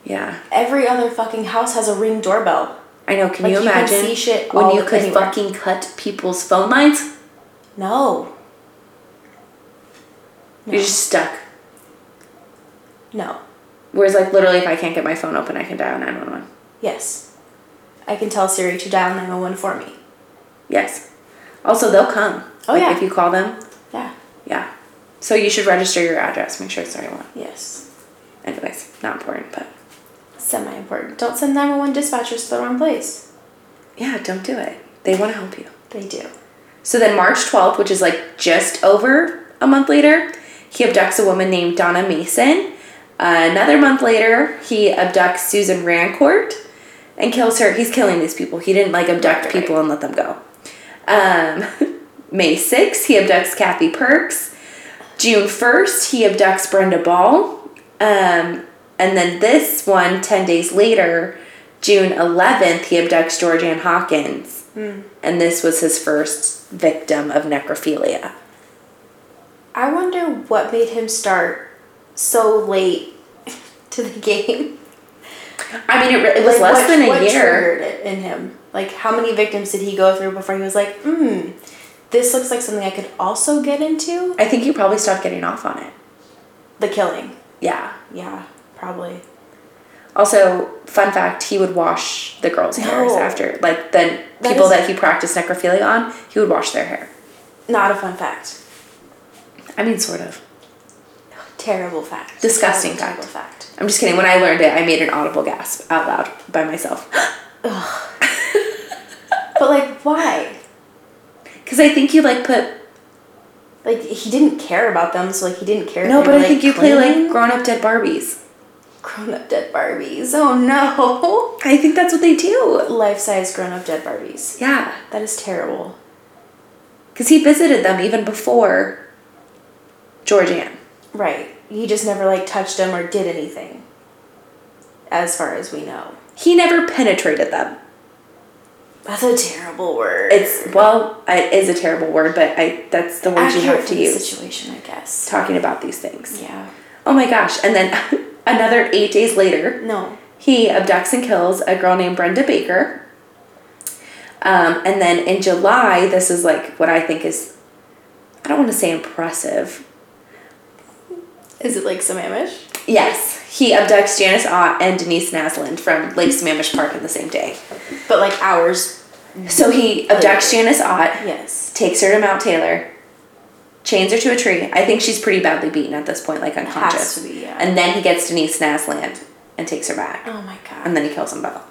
S2: Yeah.
S1: every other fucking house has a ring doorbell.
S2: I know. Can
S1: Like,
S2: you
S1: you can
S2: imagine
S1: see shit
S2: when
S1: all
S2: you could
S1: anywhere.
S2: fucking cut people's phone lines?
S1: No.
S2: You're just stuck.
S1: No.
S2: Whereas, like, literally, if I can't get my phone open, I can dial nine one one.
S1: Yes. I can tell Siri to dial 911 for me.
S2: Yes. Also, they'll come.
S1: Oh,
S2: like,
S1: yeah.
S2: If you call them,
S1: Yeah.
S2: yeah. So you should register your address. Make sure it's the right one.
S1: Yes.
S2: Anyways, not important, but
S1: Semi important. Don't send 911 dispatchers to the wrong place.
S2: yeah, don't do it. They want to help you.
S1: They do.
S2: So then, March twelfth, which is like just over a month later, he abducts a woman named Donna Mason. another month later, he abducts Susan Rancourt and kills her. He's killing these people. He didn't like abduct
S1: Right, right.
S2: people and let them go. Um, [LAUGHS] May 6th, he abducts Kathy Perks. June 1st, he abducts Brenda Ball. Um, and then this one, 10 days later, June 11th, he abducts Georgianne Hawkins. And this was his first victim of necrophilia.
S1: I wonder what made him start so late [LAUGHS] to the game.
S2: I mean, it, re- it was
S1: Like, what-
S2: less than a
S1: what
S2: year.
S1: triggered it in him? Like, how many victims did he go through before he was like, hmm, this looks like something I could also get into?
S2: I think he probably stopped getting off on it.
S1: The killing.
S2: Yeah.
S1: Yeah, probably.
S2: Also, fun fact, he would wash the girls' hairs
S1: No.
S2: after. Like the
S1: That
S2: people
S1: is-
S2: Oh. that he practiced necrophilia on, he would wash their hair.
S1: Not a fun fact.
S2: I mean, sort of.
S1: Terrible fact.
S2: Disgusting
S1: Terrible, Terrible
S2: fact.
S1: fact.
S2: I'm just kidding. When I learned it, I made an audible gasp out loud by myself. [GASPS]
S1: But, like, why?
S2: Because I think you like put.
S1: Like, he didn't care about them, so, like, he didn't care. if
S2: No,
S1: they
S2: but
S1: were,
S2: I think you play like
S1: clean.
S2: grown up dead Barbies.
S1: grown up dead Barbies. Oh no. [LAUGHS]
S2: I think that's what they do.
S1: Life size grown up dead Barbies.
S2: Yeah.
S1: That is terrible.
S2: Because he visited them even before Georgianne.
S1: Right. He just never like touched them or did anything. As far as we know.
S2: He never penetrated them.
S1: That's a terrible word.
S2: It's, well, it is a terrible word, but I that's the word you
S1: accurate
S2: have
S1: for
S2: to
S1: the
S2: use
S1: situation, I guess.
S2: talking about these things.
S1: Yeah.
S2: Oh my gosh. And then [LAUGHS] another eight days later,
S1: No.
S2: he abducts and kills a girl named Brenda Baker. Um, and then in July, this is like what I think is, I don't want to say impressive.
S1: Is it like some Amish?
S2: Yes. he abducts Janice Ott and Denise Naslund from Lake Sammamish Park on the same day.
S1: But like hours.
S2: So he abducts Janice Ott,
S1: Yes.
S2: takes her to Mount Taylor, chains her to a tree. I think she's pretty badly beaten at this point, like unconscious.
S1: to be, yeah.
S2: And then he gets Denise Naslund and takes her back.
S1: Oh my god.
S2: And then he kills them both.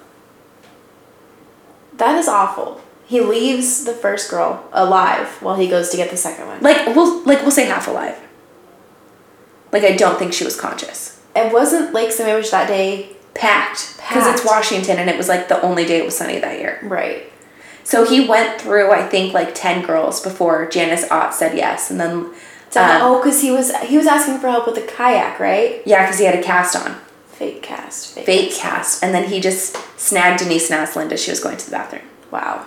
S1: That is awful. He leaves the first girl alive while he goes to get the second one.
S2: Like we'll like we'll say half alive. Like I don't think she was conscious.
S1: It wasn't Lake Sammamish that day,
S2: Packed. Because it's
S1: Packed.
S2: Washington and it was like the only day it was sunny that year.
S1: right?
S2: So he went through, I think, like 10 girls before Janice Ott said yes. And then,
S1: So,
S2: um,
S1: oh, because he was he was asking for help with the kayak, right?
S2: yeah, because he had a cast on,
S1: Fake cast. Fake.
S2: fake cast. And then he just snagged Denise Naslund as she was going to the bathroom.
S1: Wow.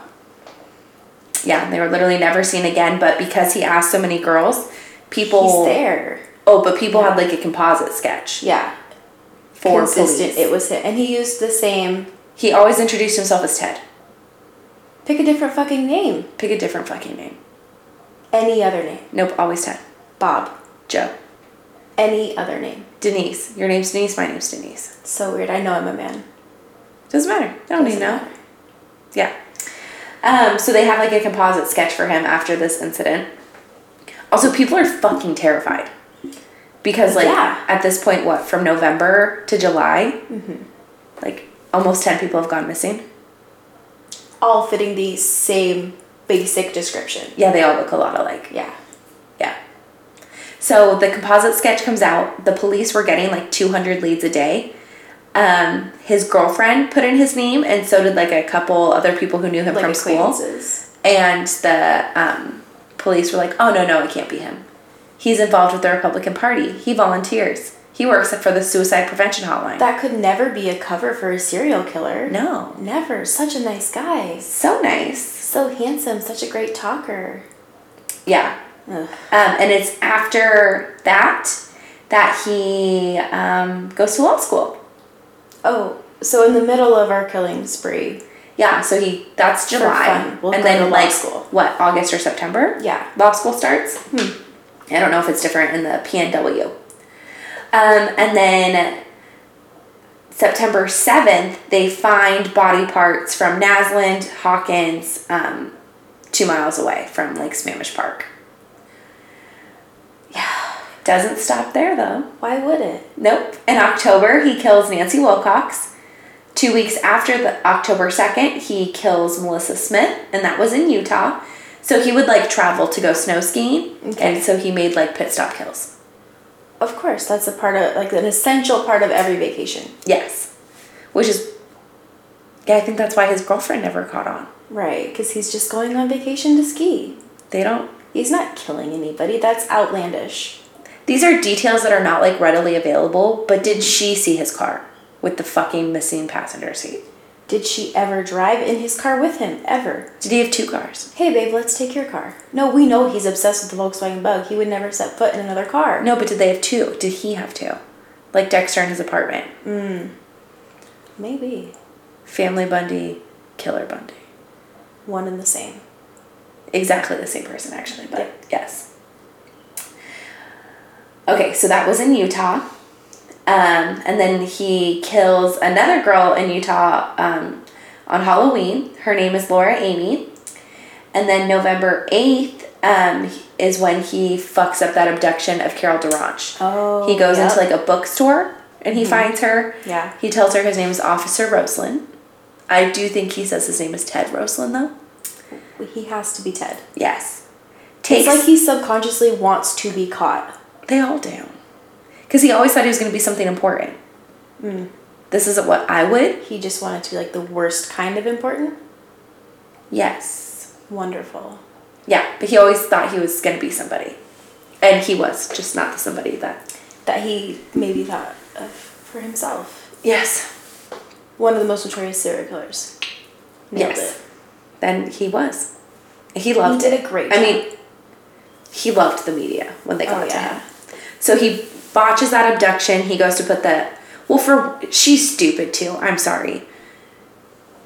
S2: Yeah, and they were literally never seen again. But because he asked so many girls, people.
S1: He's there.
S2: Oh, but people had like a composite sketch
S1: Yeah.
S2: for
S1: Consistent.
S2: police.
S1: It was him, and he used the same.
S2: he always introduced himself as Ted.
S1: Pick a different fucking name.
S2: Pick a different fucking name.
S1: Any other name.
S2: Nope, always Ted.
S1: Bob.
S2: Joe.
S1: Any other name.
S2: Denise. Your name's Denise, my name's Denise.
S1: So weird. I know I'm a man.
S2: Doesn't matter. I don't
S1: Doesn't
S2: even know.
S1: matter.
S2: Yeah. Um, so they have like a composite sketch for him after this incident. Also, people are fucking terrified. Because, like,
S1: Yeah.
S2: at this point, what, from November to July,
S1: Mm-hmm.
S2: like, almost 10 people have gone missing.
S1: All fitting the same basic description.
S2: Yeah, they all look a lot alike.
S1: Yeah.
S2: Yeah. So the composite sketch comes out. The police were getting like 200 leads a day. Um, his girlfriend put in his name, and so did like a couple other people who knew him
S1: Like
S2: from school.
S1: acquaintances.
S2: And the um, police were like, oh, no, no, it can't be him. He's involved with the Republican Party. He volunteers. He works for the suicide prevention hotline.
S1: That could never be a cover for a serial killer.
S2: no.
S1: Never. Such a nice guy.
S2: So nice.
S1: So handsome. Such a great talker.
S2: Yeah.
S1: Ugh.
S2: Um, and it's after that that he um, goes to law school.
S1: Oh, so in the middle of our killing spree.
S2: Yeah, so he that's July.
S1: fun. We'll
S2: and
S1: go
S2: then
S1: to law
S2: like
S1: school.
S2: what, August or September?
S1: Yeah.
S2: Law school starts. I don't know if it's different in the PNW. Um, and then September 7th, they find body parts from Naslund, Hawkins, um, two miles away from Lake Samish Park. Yeah. Doesn't stop there though.
S1: Why would it?
S2: Nope. In October, he kills Nancy Wilcox. Two weeks after the October 2nd, he kills Melissa Smith, and that was in Utah. So he would like travel to go snow skiing, and so he made like pit stop kills.
S1: Of course, that's a part of, like, an essential part of every vacation.
S2: Yes. Which is, yeah, I think that's why his girlfriend never caught on.
S1: Right, because he's just going on vacation to ski.
S2: They don't,
S1: He's not killing anybody. That's outlandish.
S2: these are details that are not like readily available, but did she see his car with the fucking missing passenger seat?
S1: Did she ever drive in his car with him? Ever?
S2: Did he have two cars?
S1: Hey, babe, let's take your car. No, we know he's obsessed with the Volkswagen Bug. He would never set foot in another car.
S2: No, but did they have two? Did he have two? Like Dexter in his apartment.
S1: Maybe.
S2: Family Bundy, Killer Bundy.
S1: One and the same.
S2: Exactly the same person, actually, but
S1: Yeah.
S2: yes. Okay, so that was in Utah. Um, and then he kills another girl in Utah um, on Halloween. Her name is Laura Amy. And then November 8th um, is when he fucks up that abduction of Carol Durant.
S1: Oh,
S2: He goes
S1: yep. Mm-hmm.
S2: into like a bookstore and he finds her.
S1: Yeah.
S2: He tells her his name is Officer Roslin. I do think he says his name is Ted Roslin though.
S1: He has to be Ted.
S2: Yes. Takes
S1: It's like he subconsciously wants to be caught.
S2: they all do. Cause he always thought he was gonna be something important.
S1: Hmm.
S2: This isn't what I would.
S1: He just wanted to be like the worst kind of important.
S2: Yes.
S1: Wonderful.
S2: Yeah, but he always thought he was gonna be somebody. And he was, just not the somebody that
S1: That he maybe thought of for himself.
S2: Yes.
S1: One of the most notorious serial killers. Nailed
S2: yes.
S1: it.
S2: Then he was. He loved
S1: did
S2: it.
S1: a great
S2: I
S1: job.
S2: mean, he loved the media when they got
S1: Oh,
S2: to
S1: yeah.
S2: him. So he botches that abduction. He goes to put the well for she's stupid too. I'm sorry,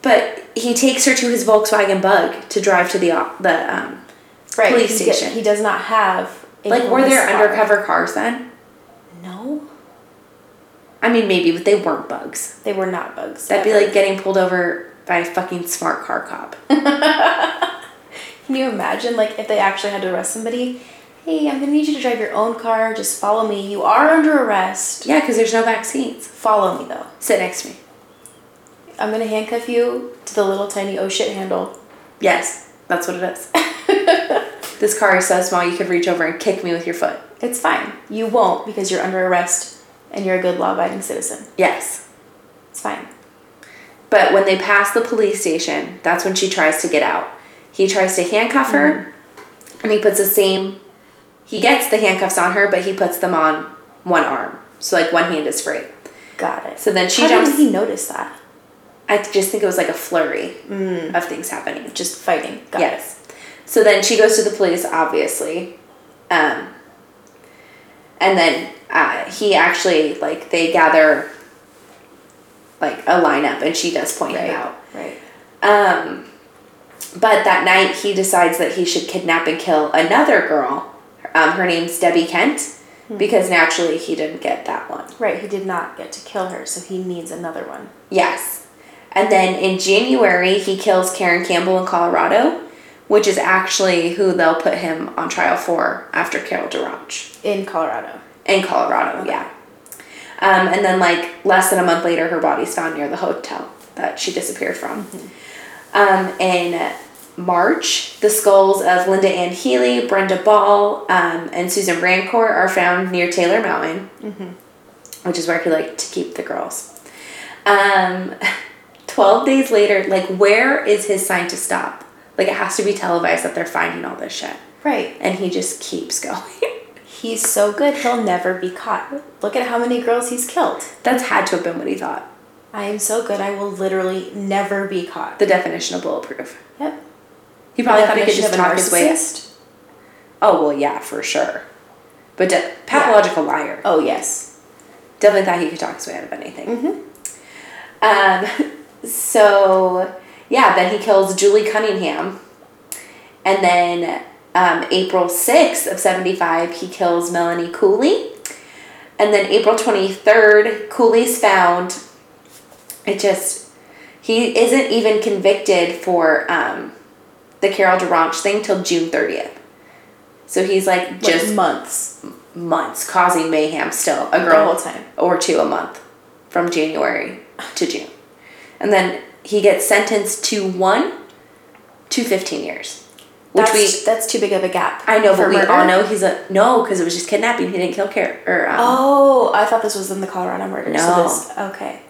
S2: but he takes her to his Volkswagen Bug to drive to the op- the um,
S1: Right.
S2: Police
S1: he, did-
S2: station.
S1: he does not have. a
S2: like were
S1: police
S2: there
S1: car.
S2: undercover cars then?
S1: No.
S2: I mean, maybe, but they weren't bugs.
S1: They were not bugs.
S2: That'd
S1: ever.
S2: be like getting pulled over by a fucking smart car
S1: [LAUGHS]
S2: cop.
S1: Can you imagine, like, if they actually had to arrest somebody? Hey, I'm gonna need you to drive your own car. Just follow me. You are under arrest.
S2: yeah, because there's no back seats.
S1: Follow me, though.
S2: Sit next to me.
S1: I'm gonna handcuff you to the little tiny oh shit handle. [LAUGHS]
S2: Yes, that's what it is. this car is so small you could reach over and kick me with your foot.
S1: It's fine. You won't because you're under arrest and you're a good law abiding citizen.
S2: Yes.
S1: It's fine.
S2: But when they pass the police station, that's when she tries to get out. He tries to handcuff her,
S1: Mm-hmm.
S2: and he puts the same. He gets the handcuffs on her, but he puts them on one arm. So, like, one hand is free.
S1: Got it.
S2: So then she
S1: How
S2: jumps.
S1: did he notice that?
S2: I just think it was like a flurry of things happening.
S1: Just fighting. Mm. Got it.
S2: yes. So then she goes to the police, obviously. Um, and then uh, he actually, like, they gather, like, a lineup, and she does point
S1: Right.
S2: him out.
S1: Right.
S2: Um, but that night, he decides that he should kidnap and kill another girl. Um, her name's Debbie Kent, because naturally he didn't get that one.
S1: Right. He did not get to kill her, so he needs another one.
S2: Yes. And then in January, he kills Karen Campbell in Colorado, which is actually who they'll put him on trial for after Carol Durant
S1: In Colorado.
S2: in Colorado, yeah. Um, and then, like, less than a month later, her body's found near the hotel that she disappeared from. Um, in March, the skulls of Linda Ann Healy, Brenda Ball, um, and Susan Rancourt are found near Taylor Mountain, which is where he liked to keep the girls. Um, [LAUGHS] 12 days later, like, where is his sign to stop? Like, it has to be televised that they're finding all this shit.
S1: Right.
S2: And he just keeps [LAUGHS] going.
S1: He's so good, he'll never be caught. Look at how many girls he's killed.
S2: That's had to have been what he thought.
S1: I am so good, I will literally never be caught.
S2: The definition of bulletproof.
S1: Yep.
S2: He probably thought he could
S1: Definition
S2: just
S1: of a
S2: talk his way.
S1: narcissist?
S2: Oh well, yeah, for sure. But de- pathological liar
S1: Oh, yes.
S2: definitely thought he could talk his way out of anything.
S1: Mm-hmm.
S2: Um, so yeah, then he kills Julie Cunningham, and then um, April sixth of seventy five, he kills Melanie Cooley, and then April twenty third, Cooley's found. It just he isn't even convicted for um, the Carol Durant thing till June thirtieth. So he's like
S1: Like
S2: just
S1: months.
S2: months, causing mayhem still. A
S1: The
S2: girl
S1: whole time.
S2: or two a month from January to June. And then he gets sentenced to one to 15 years. Which
S1: That's,
S2: we,
S1: that's too big of a gap.
S2: I know,
S1: for
S2: but we
S1: murder.
S2: all know he's a, no, because it was just kidnapping. He didn't kill care or, um,
S1: Oh, I thought this was in the Colorado murder.
S2: No.
S1: So this, okay.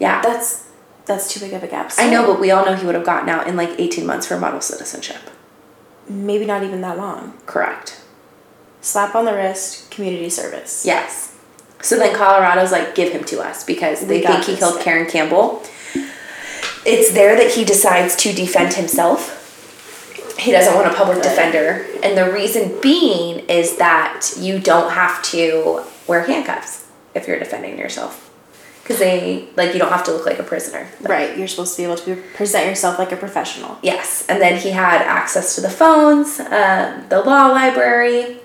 S2: yeah.
S1: That's that's too big of a gap.
S2: I know, but we all know he would have gotten out in like 18 months for model citizenship.
S1: maybe not even that long.
S2: Correct.
S1: Slap on the wrist, community service.
S2: Yes. So then Colorado's like, give him to us because they
S1: We got
S2: think he
S1: this.
S2: killed Karen Campbell. It's there that he decides to defend himself. He doesn't want a public defender. And the reason being is that you don't have to wear handcuffs if you're defending yourself. Because they, like, you don't have to look like a prisoner.
S1: Right. You're supposed to be able to present yourself like a professional.
S2: Yes. And then he had access to the phones, uh, the law library,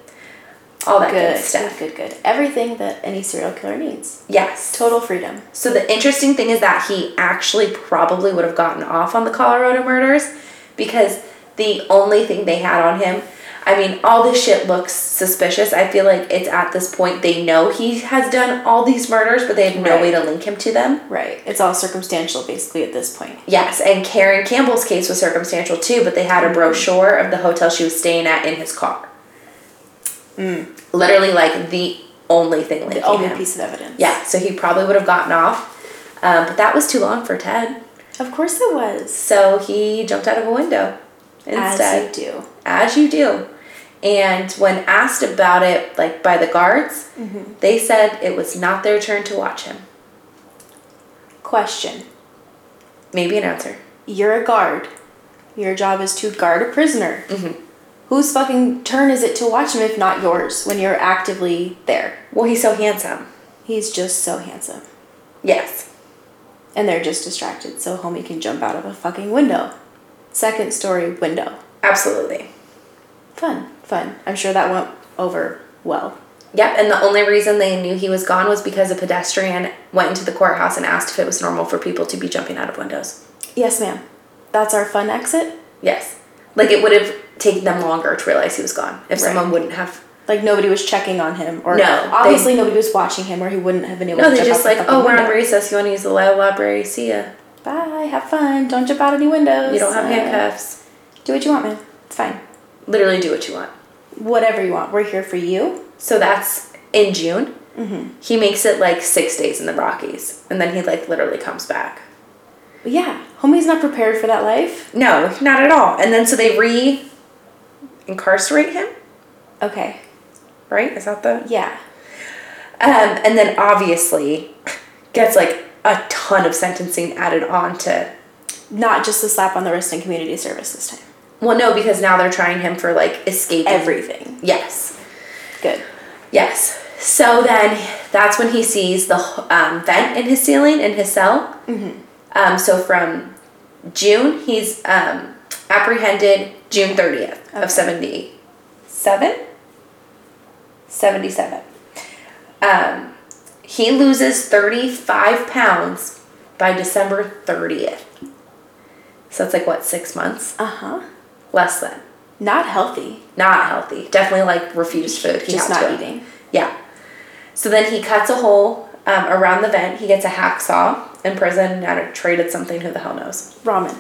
S2: all that good,
S1: Good.
S2: stuff.
S1: Good, good, good. Everything that any serial killer needs.
S2: Yes.
S1: Total freedom.
S2: So the interesting thing is that he actually probably would have gotten off on the Colorado murders because the only thing they had on him, I mean, all this shit looks suspicious. I feel like it's at this point they know he has done all these murders, but they have no
S1: Right.
S2: way to link him to them.
S1: Right. It's all circumstantial basically at this point.
S2: Yes, and Karen Campbell's case was circumstantial too, but they had
S1: Mm-hmm.
S2: a brochure of the hotel she was staying at in his car. Literally, like the only thing linking
S1: Mm. The only
S2: him.
S1: piece of evidence.
S2: Yeah, so he probably would have gotten off, um, but that was too long for Ted.
S1: Of course it was.
S2: So he jumped out of a window instead,
S1: As you do.
S2: as you do. And when asked about it, like by the guards, they said it was not their turn to watch him.
S1: Question.
S2: Maybe an answer.
S1: You're a guard. Your job is to guard a prisoner. Whose fucking turn is it to watch him if not yours when you're actively there?
S2: Well, he's so handsome.
S1: He's just so handsome.
S2: Yes.
S1: And they're just distracted so homie can jump out of a fucking window. Second story window.
S2: Absolutely.
S1: Fun, fun. I'm sure that went over well.
S2: Yep, and the only reason they knew he was gone was because a pedestrian went into the courthouse and asked if it was normal for people to be jumping out of windows.
S1: Yes, ma'am. That's our fun exit.
S2: Yes. Like it would have taken them longer to realize he was gone if someone wouldn't have.
S1: Like nobody was checking on him, or
S2: No,
S1: obviously nody nobody was watching him, or he wouldn't have been able.
S2: No,
S1: to
S2: they're
S1: jump
S2: just
S1: out the
S2: like,
S1: fucking
S2: oh, we're on
S1: window.
S2: recess. You want to use the Lyle library? See ya.
S1: Bye. Have fun. Don't jump out any windows.
S2: You don't have
S1: Uh,
S2: handcuffs.
S1: Do what you want, man. It's fine.
S2: Literally do what you want.
S1: Whatever you want. We're here for you.
S2: So that's in June. He makes it like six days in the Rockies, and then he like literally comes back.
S1: But yeah, homie's not prepared for that life.
S2: No, not at all. And then so they re incarcerate him,
S1: Okay.
S2: right? Is that the
S1: Yeah.
S2: um, and then obviously gets like a ton of sentencing added on to.
S1: Not just a slap on the wrist and community service this time.
S2: Well, no, because now they're trying him for like escaping.
S1: Everything.
S2: yes,
S1: Good.
S2: Yes. So then that's when he sees the um, vent in his ceiling in his cell.
S1: Mm-hmm.
S2: Um, so from June, he's um, apprehended June 30th
S1: Okay.
S2: of 77? 77. Um, he loses 35 pounds by December 30th. So that's like what, six months?
S1: Uh huh.
S2: Less than.
S1: Not healthy.
S2: Not healthy. Definitely like refused food. He
S1: just
S2: had
S1: not
S2: to.
S1: eating.
S2: Yeah. So then he cuts a hole um, around the vent. He gets a hacksaw in prison and had traded something. Who the hell knows?
S1: Ramen.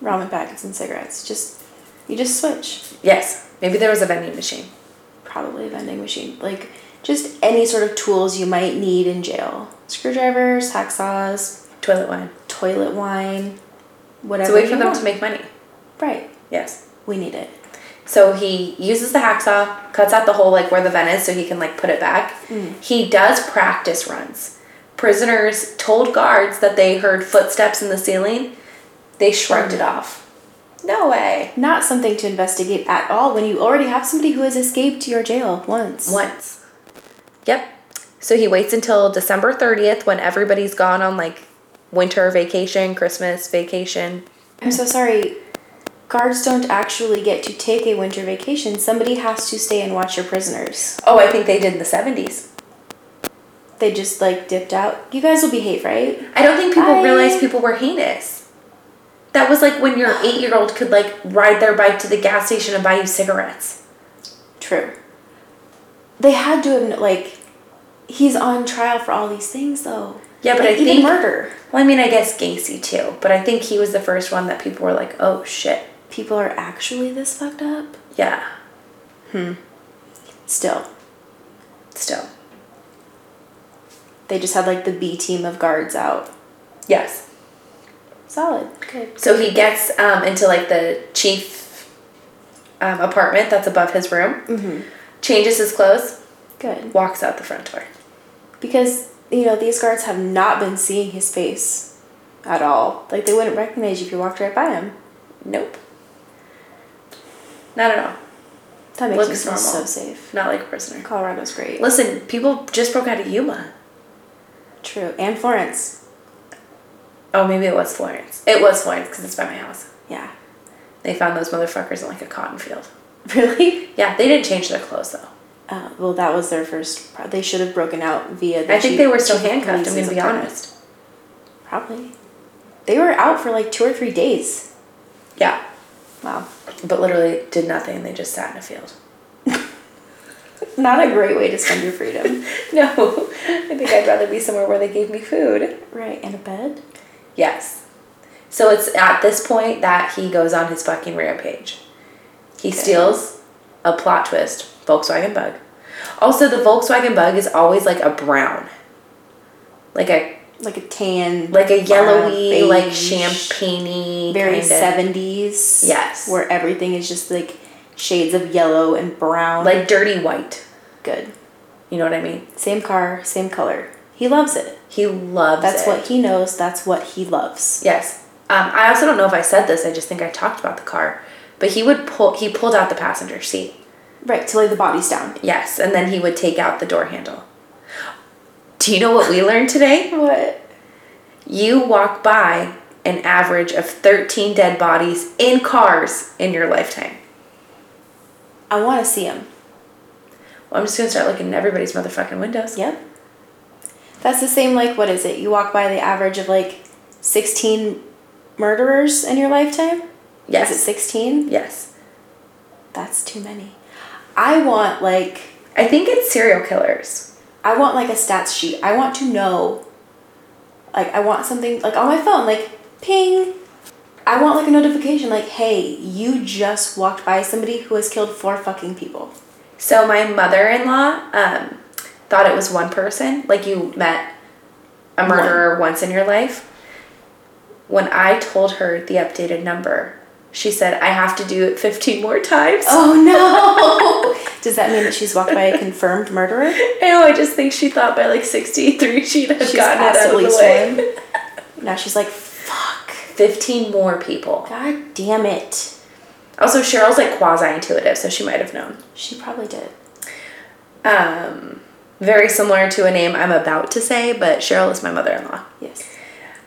S1: Ramen packets and cigarettes. Just, you just switch.
S2: Yes. Maybe there was a vending machine.
S1: Probably a vending machine. Like, just any sort of tools you might need in jail. Screwdrivers, hacksaws,
S2: Toilet wine.
S1: toilet wine,
S2: It's
S1: whatever.
S2: a way for
S1: you
S2: them
S1: want.
S2: to make money.
S1: Right.
S2: Yes.
S1: We need it.
S2: So he uses the hacksaw, cuts out the hole like where the vent is so he can like put it back.
S1: Mm.
S2: He does practice runs. Prisoners told guards that they heard footsteps in the ceiling. They
S1: Mm.
S2: shrugged it off. No way.
S1: Not something to investigate at all when you already have somebody who has escaped your jail once.
S2: Once. Yep. So he waits until December 30th when everybody's gone on like winter vacation, Christmas vacation.
S1: I'm so sorry. Guards don't actually get to take a winter vacation. Somebody has to stay and watch your prisoners.
S2: Oh, I think they did in the 70s.
S1: They just like dipped out. You guys will behave, right?
S2: I don't think people
S1: Bye.
S2: realized people were heinous. That was like [GASPS] when your eight year old could like ride their bike to the gas station and buy you cigarettes.
S1: True. They had to have kn- like. He's on trial for all these things, though.
S2: Yeah, but
S1: Like,
S2: I
S1: even
S2: think-
S1: murder.
S2: Well, I mean, I guess Gacy too, but I think he was the first one that people were like, oh shit.
S1: People are actually this fucked up.
S2: Yeah,
S1: Still,
S2: still.
S1: they just had like the B team of guards out.
S2: Yes.
S1: Solid. Good.
S2: So he gets um, into like the chief um, apartment that's above his room, changes his clothes,
S1: Good.
S2: walks out the front door.
S1: Because, you know, these guards have not been seeing his face at all. Like, they wouldn't recognize you if you walked right by him.
S2: Nope. Not at all.
S1: That makes
S2: Looks
S1: me feel so
S2: normal.
S1: safe.
S2: Not like a prisoner.
S1: Colorado's great.
S2: Listen, people just broke out of Yuma.
S1: True. And Florence.
S2: Oh, maybe it was Florence. It was Florence because it's by my house.
S1: Yeah. [LAUGHS]
S2: They found those motherfuckers in like a cotton field.
S1: Really?
S2: Yeah, they didn't change their clothes though.
S1: Uh, well, that was their first. Pro- they should have broken out via the
S2: I think
S1: chief-
S2: they were still
S1: chief of
S2: handcuffed, I'm
S1: police's
S2: gonna be
S1: apartment.
S2: honest.
S1: Probably. They were out for like two or three days.
S2: Yeah,
S1: Wow.
S2: but literally did nothing. They just sat in a field. [LAUGHS]
S1: Not a great way to spend your freedom. [LAUGHS]
S2: No, [LAUGHS] I think I'd rather be somewhere where they gave me food.
S1: right. And a bed?
S2: Yes. So it's at this point that he goes on his fucking rampage. He steals a plot twist Volkswagen Bug. Also, the Volkswagen Bug is always like a brown, like a
S1: Like a tan.
S2: like a
S1: beige,
S2: yellowy, like champagne
S1: very
S2: kinda.
S1: 70s.
S2: Yes.
S1: Where everything is just like shades of yellow and brown.
S2: like dirty white.
S1: good.
S2: You know what I mean?
S1: Same car, same color. He loves it.
S2: He loves
S1: That's
S2: it.
S1: what he knows. That's what he loves.
S2: Yes. Um, I also don't know if I said this. I just think I talked about the car, but he would pull. He pulled out the passenger seat.
S1: Right, to lay the bodies down.
S2: Yes, and then he would take out the door handle. Do you know what we learned today?
S1: What?
S2: You walk by an average of 13 dead bodies in cars in your lifetime.
S1: I want to see him.
S2: Well, I'm just gonna start looking in everybody's motherfucking windows.
S1: Yep. That's the same, like, what is it? You walk by the average of like 16 murderers in your lifetime?
S2: Yes.
S1: Is it 16?
S2: Yes.
S1: That's too many. I want, like,
S2: I think it's serial killers.
S1: I want, like, a stats sheet. I want to know, like, I want something, like, on my phone, like, ping. I want, like, a notification, like, hey, you just walked by somebody who has killed four fucking people.
S2: So my mother-in-law um, thought it was one person. Like you met a murderer once in your life. When I told her the updated number, she said I have to do it 15 more times.
S1: Oh, no. [LAUGHS] Does that mean that she's walked by a confirmed murderer?
S2: I know. I just think she thought by like 63 she'd have
S1: She's
S2: gotten it
S1: passed
S2: out
S1: at
S2: of the
S1: least
S2: way. [LAUGHS]
S1: one. Now she's like, fuck.
S2: 15 more people.
S1: God damn it.
S2: Also, Cheryl's like quasi-intuitive, so she might have known.
S1: She probably did.
S2: Um, very similar to a name I'm about to say, but Cheryl is my mother-in-law.
S1: Yes.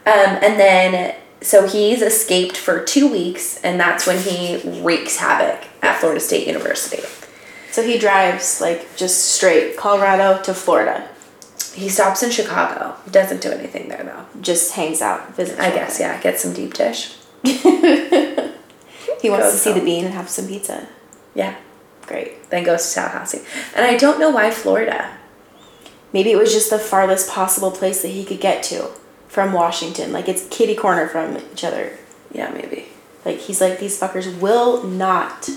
S2: Um, and then, so he's escaped for two weeks, and that's when he wreaks havoc at Florida State University.
S1: So he drives like just straight Colorado to Florida.
S2: He stops in Chicago. Doesn't do anything there, though.
S1: Just hangs out, visits.
S2: I guess, yeah, get some deep dish.
S1: [LAUGHS] He wants to
S2: Goes
S1: see the
S2: home.
S1: bean and have some pizza.
S2: Yeah.
S1: Great.
S2: Then goes to Tallahassee. And I don't know why Florida.
S1: Maybe it was just the farthest possible place that he could get to from Washington. Like it's kitty corner from each other.
S2: Yeah, maybe.
S1: Like he's like these fuckers will not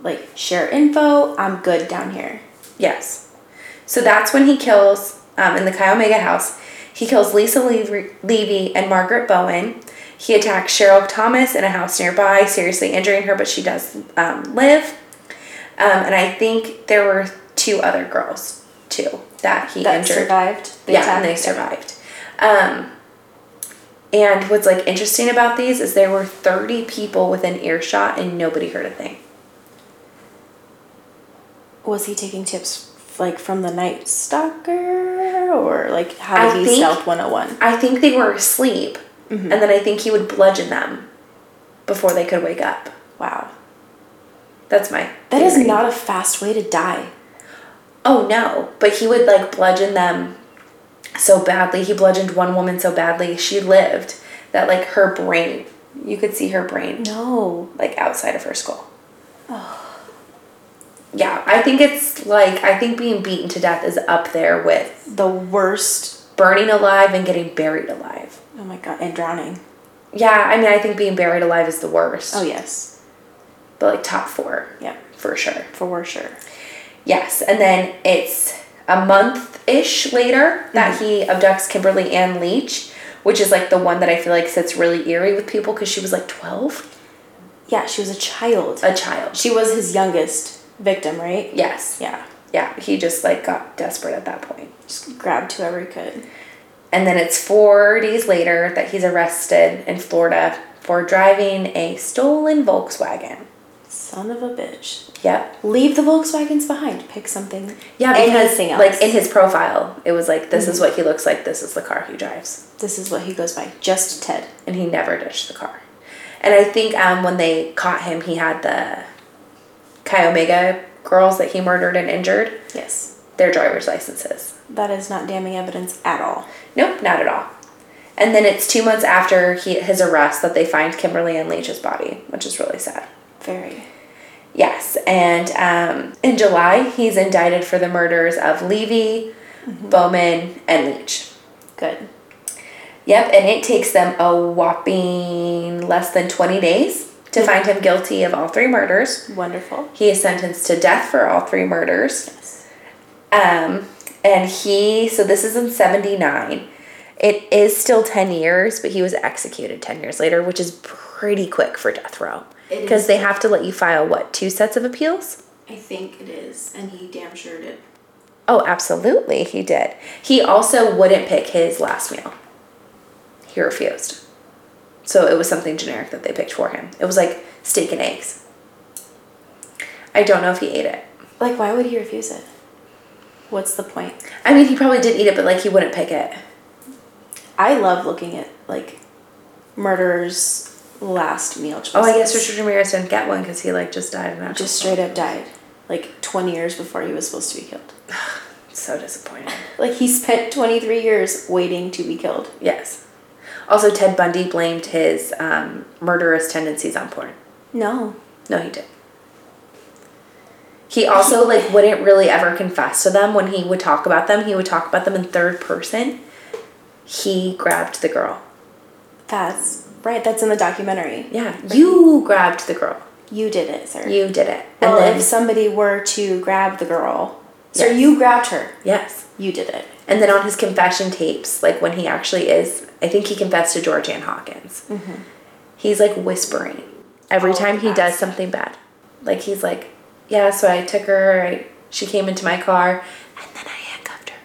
S1: like share info. I'm good down here.
S2: Yes. So that's when he kills, um, in the Chi Omega house, he kills Lisa Levy Levy and Margaret Bowen. He attacks Cheryl Thomas in a house nearby, seriously injuring her, but she does um, live. Um, and I think there were two other girls, too, that he
S1: That
S2: injured.
S1: survived. the
S2: yeah,
S1: attack.
S2: and they survived. Um, and what's like interesting about these is there were 30 people within earshot and nobody heard a thing.
S1: Was he taking tips like from the Night Stalker or like how
S2: I
S1: to be
S2: think-
S1: stealth 101?
S2: I think they were asleep,
S1: Mm-hmm.
S2: and then I think he would bludgeon them before they could wake up.
S1: Wow.
S2: That's my.
S1: that is
S2: theory.
S1: not a fast way to die.
S2: Oh no! But he would like bludgeon them so badly. He bludgeoned one woman so badly she lived that like her brain, you could see her brain
S1: No.
S2: like outside of her skull. Yeah, I think it's like I think being beaten to death is up there with
S1: The worst.
S2: burning alive and getting buried alive.
S1: Oh my god. And drowning.
S2: Yeah, I mean I think being buried alive is the worst.
S1: Oh, yes.
S2: But like top four.
S1: Yeah.
S2: for sure.
S1: For sure.
S2: Yes, and then it's a month ish later that he abducts Kimberly Ann Leach, which is like the one that I feel like sits really eerie with people because she was like 12,
S1: Yeah, she was a child.
S2: a child. She,
S1: She was his youngest victim, right?
S2: yes,
S1: Yeah.
S2: yeah, he just like got desperate at that point.
S1: Just grabbed whoever he could.
S2: And then it's four days later that he's arrested in Florida for driving a stolen Volkswagen.
S1: Son of a bitch.
S2: Yep.
S1: Leave the Volkswagens behind. Pick something.
S2: Yeah, because Mm-hmm.
S1: Anything else.
S2: like in his profile, it was like this is what he looks like, this is the car he drives.
S1: this is what he goes by. Just Ted.
S2: and he never ditched the car. And I think um, when they caught him, he had the Chi Omega girls that he murdered and injured
S1: Yes.
S2: their driver's licenses.
S1: That is not damning evidence at all.
S2: Nope, not at all. And then it's two months after he, his arrest that they find Kimberly and Leach's body, which is really sad.
S1: Very.
S2: Yes, and um, in July, he's indicted for the murders of Levy, Bowman, and Leach.
S1: Good.
S2: Yep, and it takes them a whopping less than 20 days to find him guilty of all three murders.
S1: Wonderful.
S2: He is sentenced to death for all three murders. Um, and he, so this is in 79. It is still 10 years, but he was executed 10 years later, which is pretty quick for death row.
S1: It
S2: Because
S1: is.
S2: they have to let you file, what, two sets of appeals?
S1: I think it is, and he damn sure did.
S2: Oh, absolutely, he did. He also wouldn't pick his last meal, he refused. So it was something generic that they picked for him. It was like steak and eggs. I don't know if he ate it.
S1: Like, why would he refuse it? What's the point?
S2: I mean, he probably did eat it, but like he wouldn't pick it.
S1: I love looking at like murderers' last meal. Choices.
S2: Oh, I guess Richard Ramirez didn't get one because he like just died. An
S1: just straight up died. like 20 years before he was supposed to be killed.
S2: So disappointing.
S1: Like he spent 23 years waiting to be killed.
S2: Yes. Also, Ted Bundy blamed his um, murderous tendencies on porn.
S1: No.
S2: No, he did.
S1: [LAUGHS]
S2: He also like wouldn't really ever confess to them when he would talk about them. He would talk about them in third person. He grabbed the girl.
S1: That's right. That's in the documentary.
S2: Yeah, you grabbed the girl.
S1: You did it, sir.
S2: You did it. And
S1: well,
S2: then
S1: if somebody were to grab the girl, sir,
S2: Yes.
S1: you grabbed her.
S2: yes.
S1: You did it.
S2: And then on his confession tapes, like when he actually is, I think he confessed to Georgianne Hawkins. He's like whispering every
S1: Oh,
S2: time he does
S1: that's-
S2: something bad. Like he's like, yeah, so I took her, I, she came into my car, and then I handcuffed her.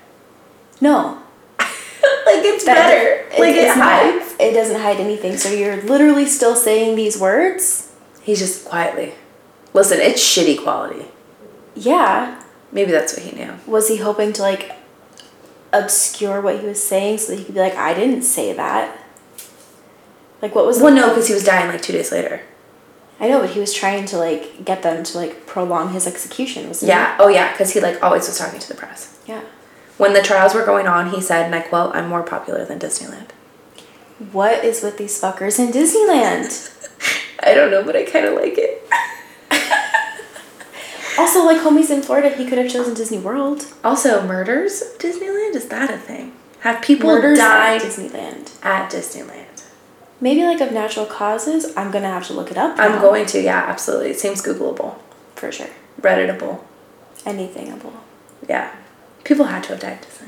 S1: No.
S2: [LAUGHS] like it's
S1: That-
S2: better. like it
S1: it's not-
S2: hides.
S1: It doesn't hide anything. So you're literally still saying these words.
S2: He's just quietly. Listen, it's shitty quality.
S1: Yeah.
S2: Maybe that's what he knew.
S1: Was he hoping to like obscure what he was saying so that he could be like, I didn't say that? Like, what was the
S2: Well, no, because he was dying like two days later.
S1: I know, but he was trying to like get them to like prolong his execution, wasn't
S2: Yeah. Oh, yeah. Because he like always was talking to the press.
S1: he? Yeah.
S2: When the trials were going on, he said, and I quote, "I'm more popular than Disneyland."
S1: What is with these fuckers in Disneyland?
S2: [LAUGHS] I don't know, but I kind of like it.
S1: also, like homies in Florida, he could have chosen Disney World.
S2: Also, murders of Disneyland is that a thing? Have people
S1: Murders
S2: died
S1: at Disneyland.
S2: at Disneyland?
S1: Maybe like of natural causes. I'm gonna have to look it up.
S2: I'm
S1: now,
S2: going to. Yeah, absolutely. It seems Googleable,
S1: for sure.
S2: Redditable.
S1: Anything able.
S2: Yeah, people had to have died at Disneyland.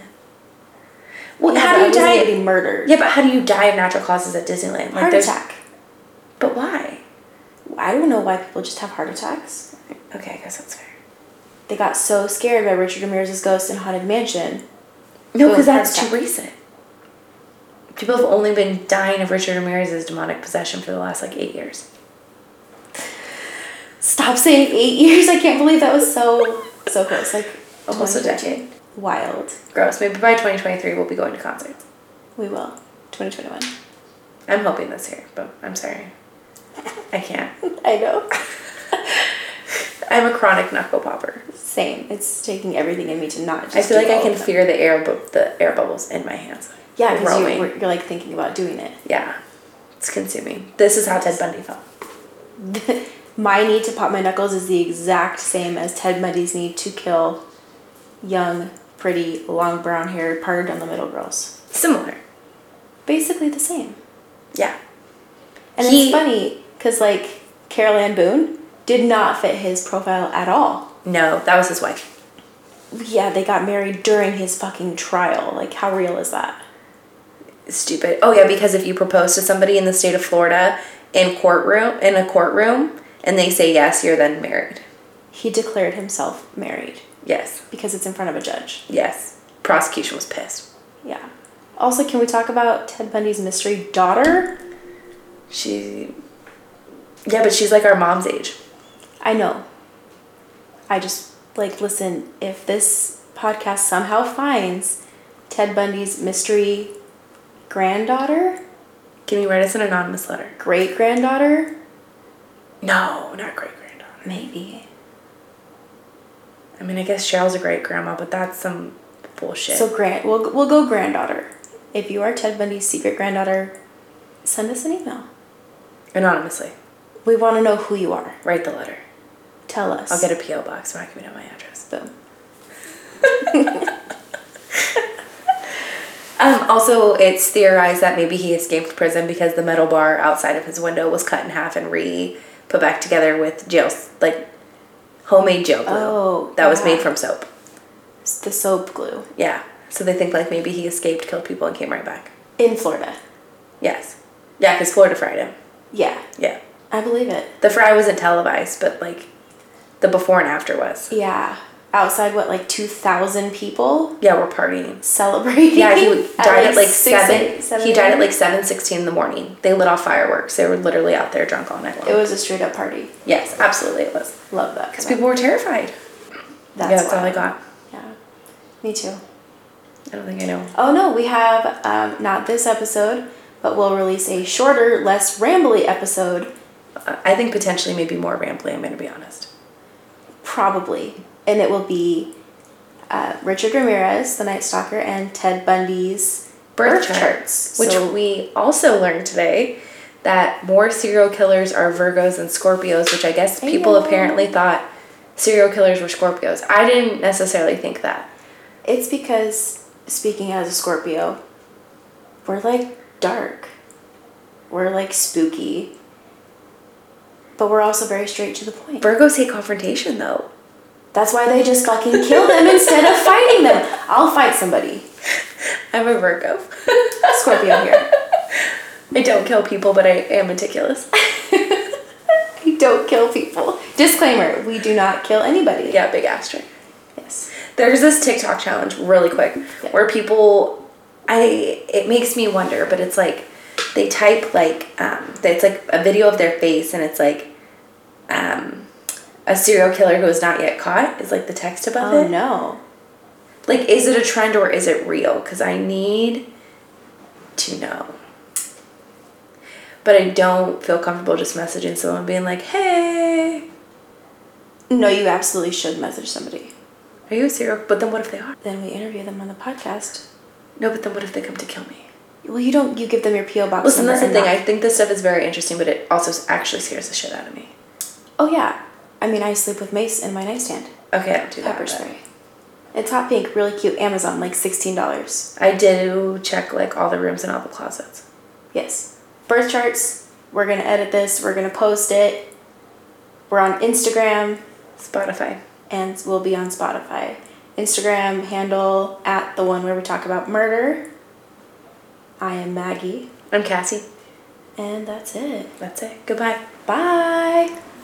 S2: Well,
S1: Yeah, but
S2: how
S1: I
S2: do you
S1: wasn't
S2: die?
S1: Getting murdered.
S2: Yeah, but how do you die of natural causes at Disneyland?
S1: Heart
S2: there's-
S1: attack.
S2: But why?
S1: I don't know why people just have heart attacks.
S2: Okay, I guess that's fair.
S1: They got so scared by Richard Ramirez's ghost in Haunted Mansion.
S2: No,
S1: Boom,
S2: because
S1: heart
S2: that's too
S1: attack.
S2: recent. People have only been dying of Richard Ramirez's demonic possession for the last like eight years.
S1: Stop saying eight years. I can't believe that was so so close. Like
S2: Almost a
S1: 2013.
S2: decade.
S1: Wild.
S2: Gross. Maybe by 2023 we'll be going to concerts.
S1: We will. 2021.
S2: I'm hoping this year, but I'm sorry. I can't.
S1: I know.
S2: I'm a chronic knuckle popper.
S1: Same. It's taking everything in me to not just.
S2: I feel
S1: do
S2: like I
S1: all
S2: can
S1: of them.
S2: feel the air, bu- the air bubbles in my hands.
S1: Yeah, because
S2: growing.
S1: you, you're like thinking about doing it.
S2: Yeah, it's consuming. This is how Ted Bundy felt.
S1: [LAUGHS] my need to pop my knuckles is the exact same as Ted Bundy's need to kill young, pretty, long brown haired, parted down the middle girls.
S2: Similar.
S1: Basically the same.
S2: Yeah.
S1: And
S2: He-
S1: it's funny because, like, Carol Ann Boone did not fit his profile at all.
S2: No, that was his wife.
S1: Yeah, they got married during his fucking trial. Like, how real is that?
S2: Stupid. Oh yeah, because if you propose to somebody in the state of Florida in courtroom in a courtroom and they say yes, you're then married.
S1: He declared himself married
S2: Yes.
S1: because it's in front of a judge.
S2: Yes. Prosecution was pissed.
S1: Yeah. Also, can we talk about Ted Bundy's mystery daughter?
S2: She. Yeah, but she's like our mom's age.
S1: I know. I just like listen, if this podcast somehow finds Ted Bundy's mystery granddaughter,
S2: Can you write us an anonymous letter?
S1: great granddaughter,
S2: No, not great granddaughter.
S1: maybe.
S2: I mean, I guess Cheryl's a great grandma, but that's some bullshit.
S1: So grand we'll we'll go granddaughter. If you are Ted Bundy's secret granddaughter, send us an email.
S2: Anonymously,
S1: We want to know who you are.
S2: write the letter.
S1: Tell us.
S2: I'll get a PO box. I'm not giving out my address.
S1: boom.
S2: [LAUGHS] Um, also, it's theorized that maybe he escaped prison because the metal bar outside of his window was cut in half and re put back together with jail, like homemade jail glue
S1: Oh,
S2: that was
S1: yeah.
S2: made from soap.
S1: It's the soap glue
S2: Yeah. So they think like maybe he escaped, killed people, and came right back.
S1: in Florida.
S2: Yes. Yeah, because Florida fried him.
S1: Yeah,
S2: Yeah.
S1: I believe it.
S2: The fry wasn't televised, but like the before and after was.
S1: Yeah, outside what like two thousand people.
S2: Yeah, we're partying.
S1: celebrating.
S2: Yeah,
S1: [LAUGHS]
S2: he died at like,
S1: six,
S2: seven.
S1: eight, seven
S2: He died at
S1: a.m.
S2: like seven sixteen in the morning. They lit off fireworks. They were literally out there drunk all night long.
S1: It was a straight up party.
S2: yes, absolutely, it was.
S1: Love that. Because
S2: People were terrified.
S1: That's,
S2: yeah, that's all I
S1: wild.
S2: got.
S1: Yeah, me too.
S2: I don't think I know.
S1: Oh no, we have um, not this episode, but we'll release a shorter, less rambly episode.
S2: I I think potentially maybe more rambly. I'm going to be honest.
S1: Probably. And it will be uh, Richard Ramirez, the Night Stalker, and Ted Bundy's
S2: Birth charts, which we also learned today that more serial killers are Virgos and Scorpios, which I guess people
S1: Yeah.
S2: apparently thought serial killers were Scorpios. I didn't necessarily think that.
S1: It's because speaking as a Scorpio, we're like dark. We're like spooky. But we're also very straight to the point.
S2: Virgos hate confrontation though.
S1: That's why they just fucking kill them instead of fighting them. I'll fight somebody.
S2: I'm a Virgo. [LAUGHS]
S1: Scorpio here.
S2: I don't kill people, but I am meticulous. [LAUGHS]
S1: We don't kill people. Disclaimer, we do not kill anybody.
S2: yeah, big asterisk.
S1: Yes.
S2: There's this TikTok challenge, really quick,
S1: Yeah.
S2: where people, I it makes me wonder, but it's like they type like um, it's like a video of their face, and it's like um, a serial killer who is not yet caught is like the text above
S1: Oh
S2: it.
S1: no.
S2: Like, is it a trend or is it real? Because I need to know. But I don't feel comfortable just messaging someone being like, "Hey,
S1: No, you absolutely should message somebody.
S2: are you a serial?" But then what if they are?
S1: Then we interview them on the podcast.
S2: No, but then what if they come to kill me?
S1: Well, you don't. You give them your PO box.
S2: Listen,
S1: number
S2: that's the
S1: and
S2: thing.
S1: not-
S2: I think this stuff is very interesting, but it also actually scares the shit out of me.
S1: Oh yeah. I mean, I sleep with Mace in my nightstand.
S2: Okay, I don't do that.
S1: Pepper
S2: but
S1: spray. It's hot pink, really cute. Amazon, like sixteen dollars.
S2: I do check like all the rooms and all the closets.
S1: Yes. Birth charts. We're gonna edit this. We're gonna post it. We're on Instagram,
S2: Spotify.
S1: and we'll be on Spotify. Instagram handle at the one where we talk about murder. I am Maggie,
S2: I'm Cassie.
S1: and that's it.
S2: That's it. Goodbye.
S1: Bye.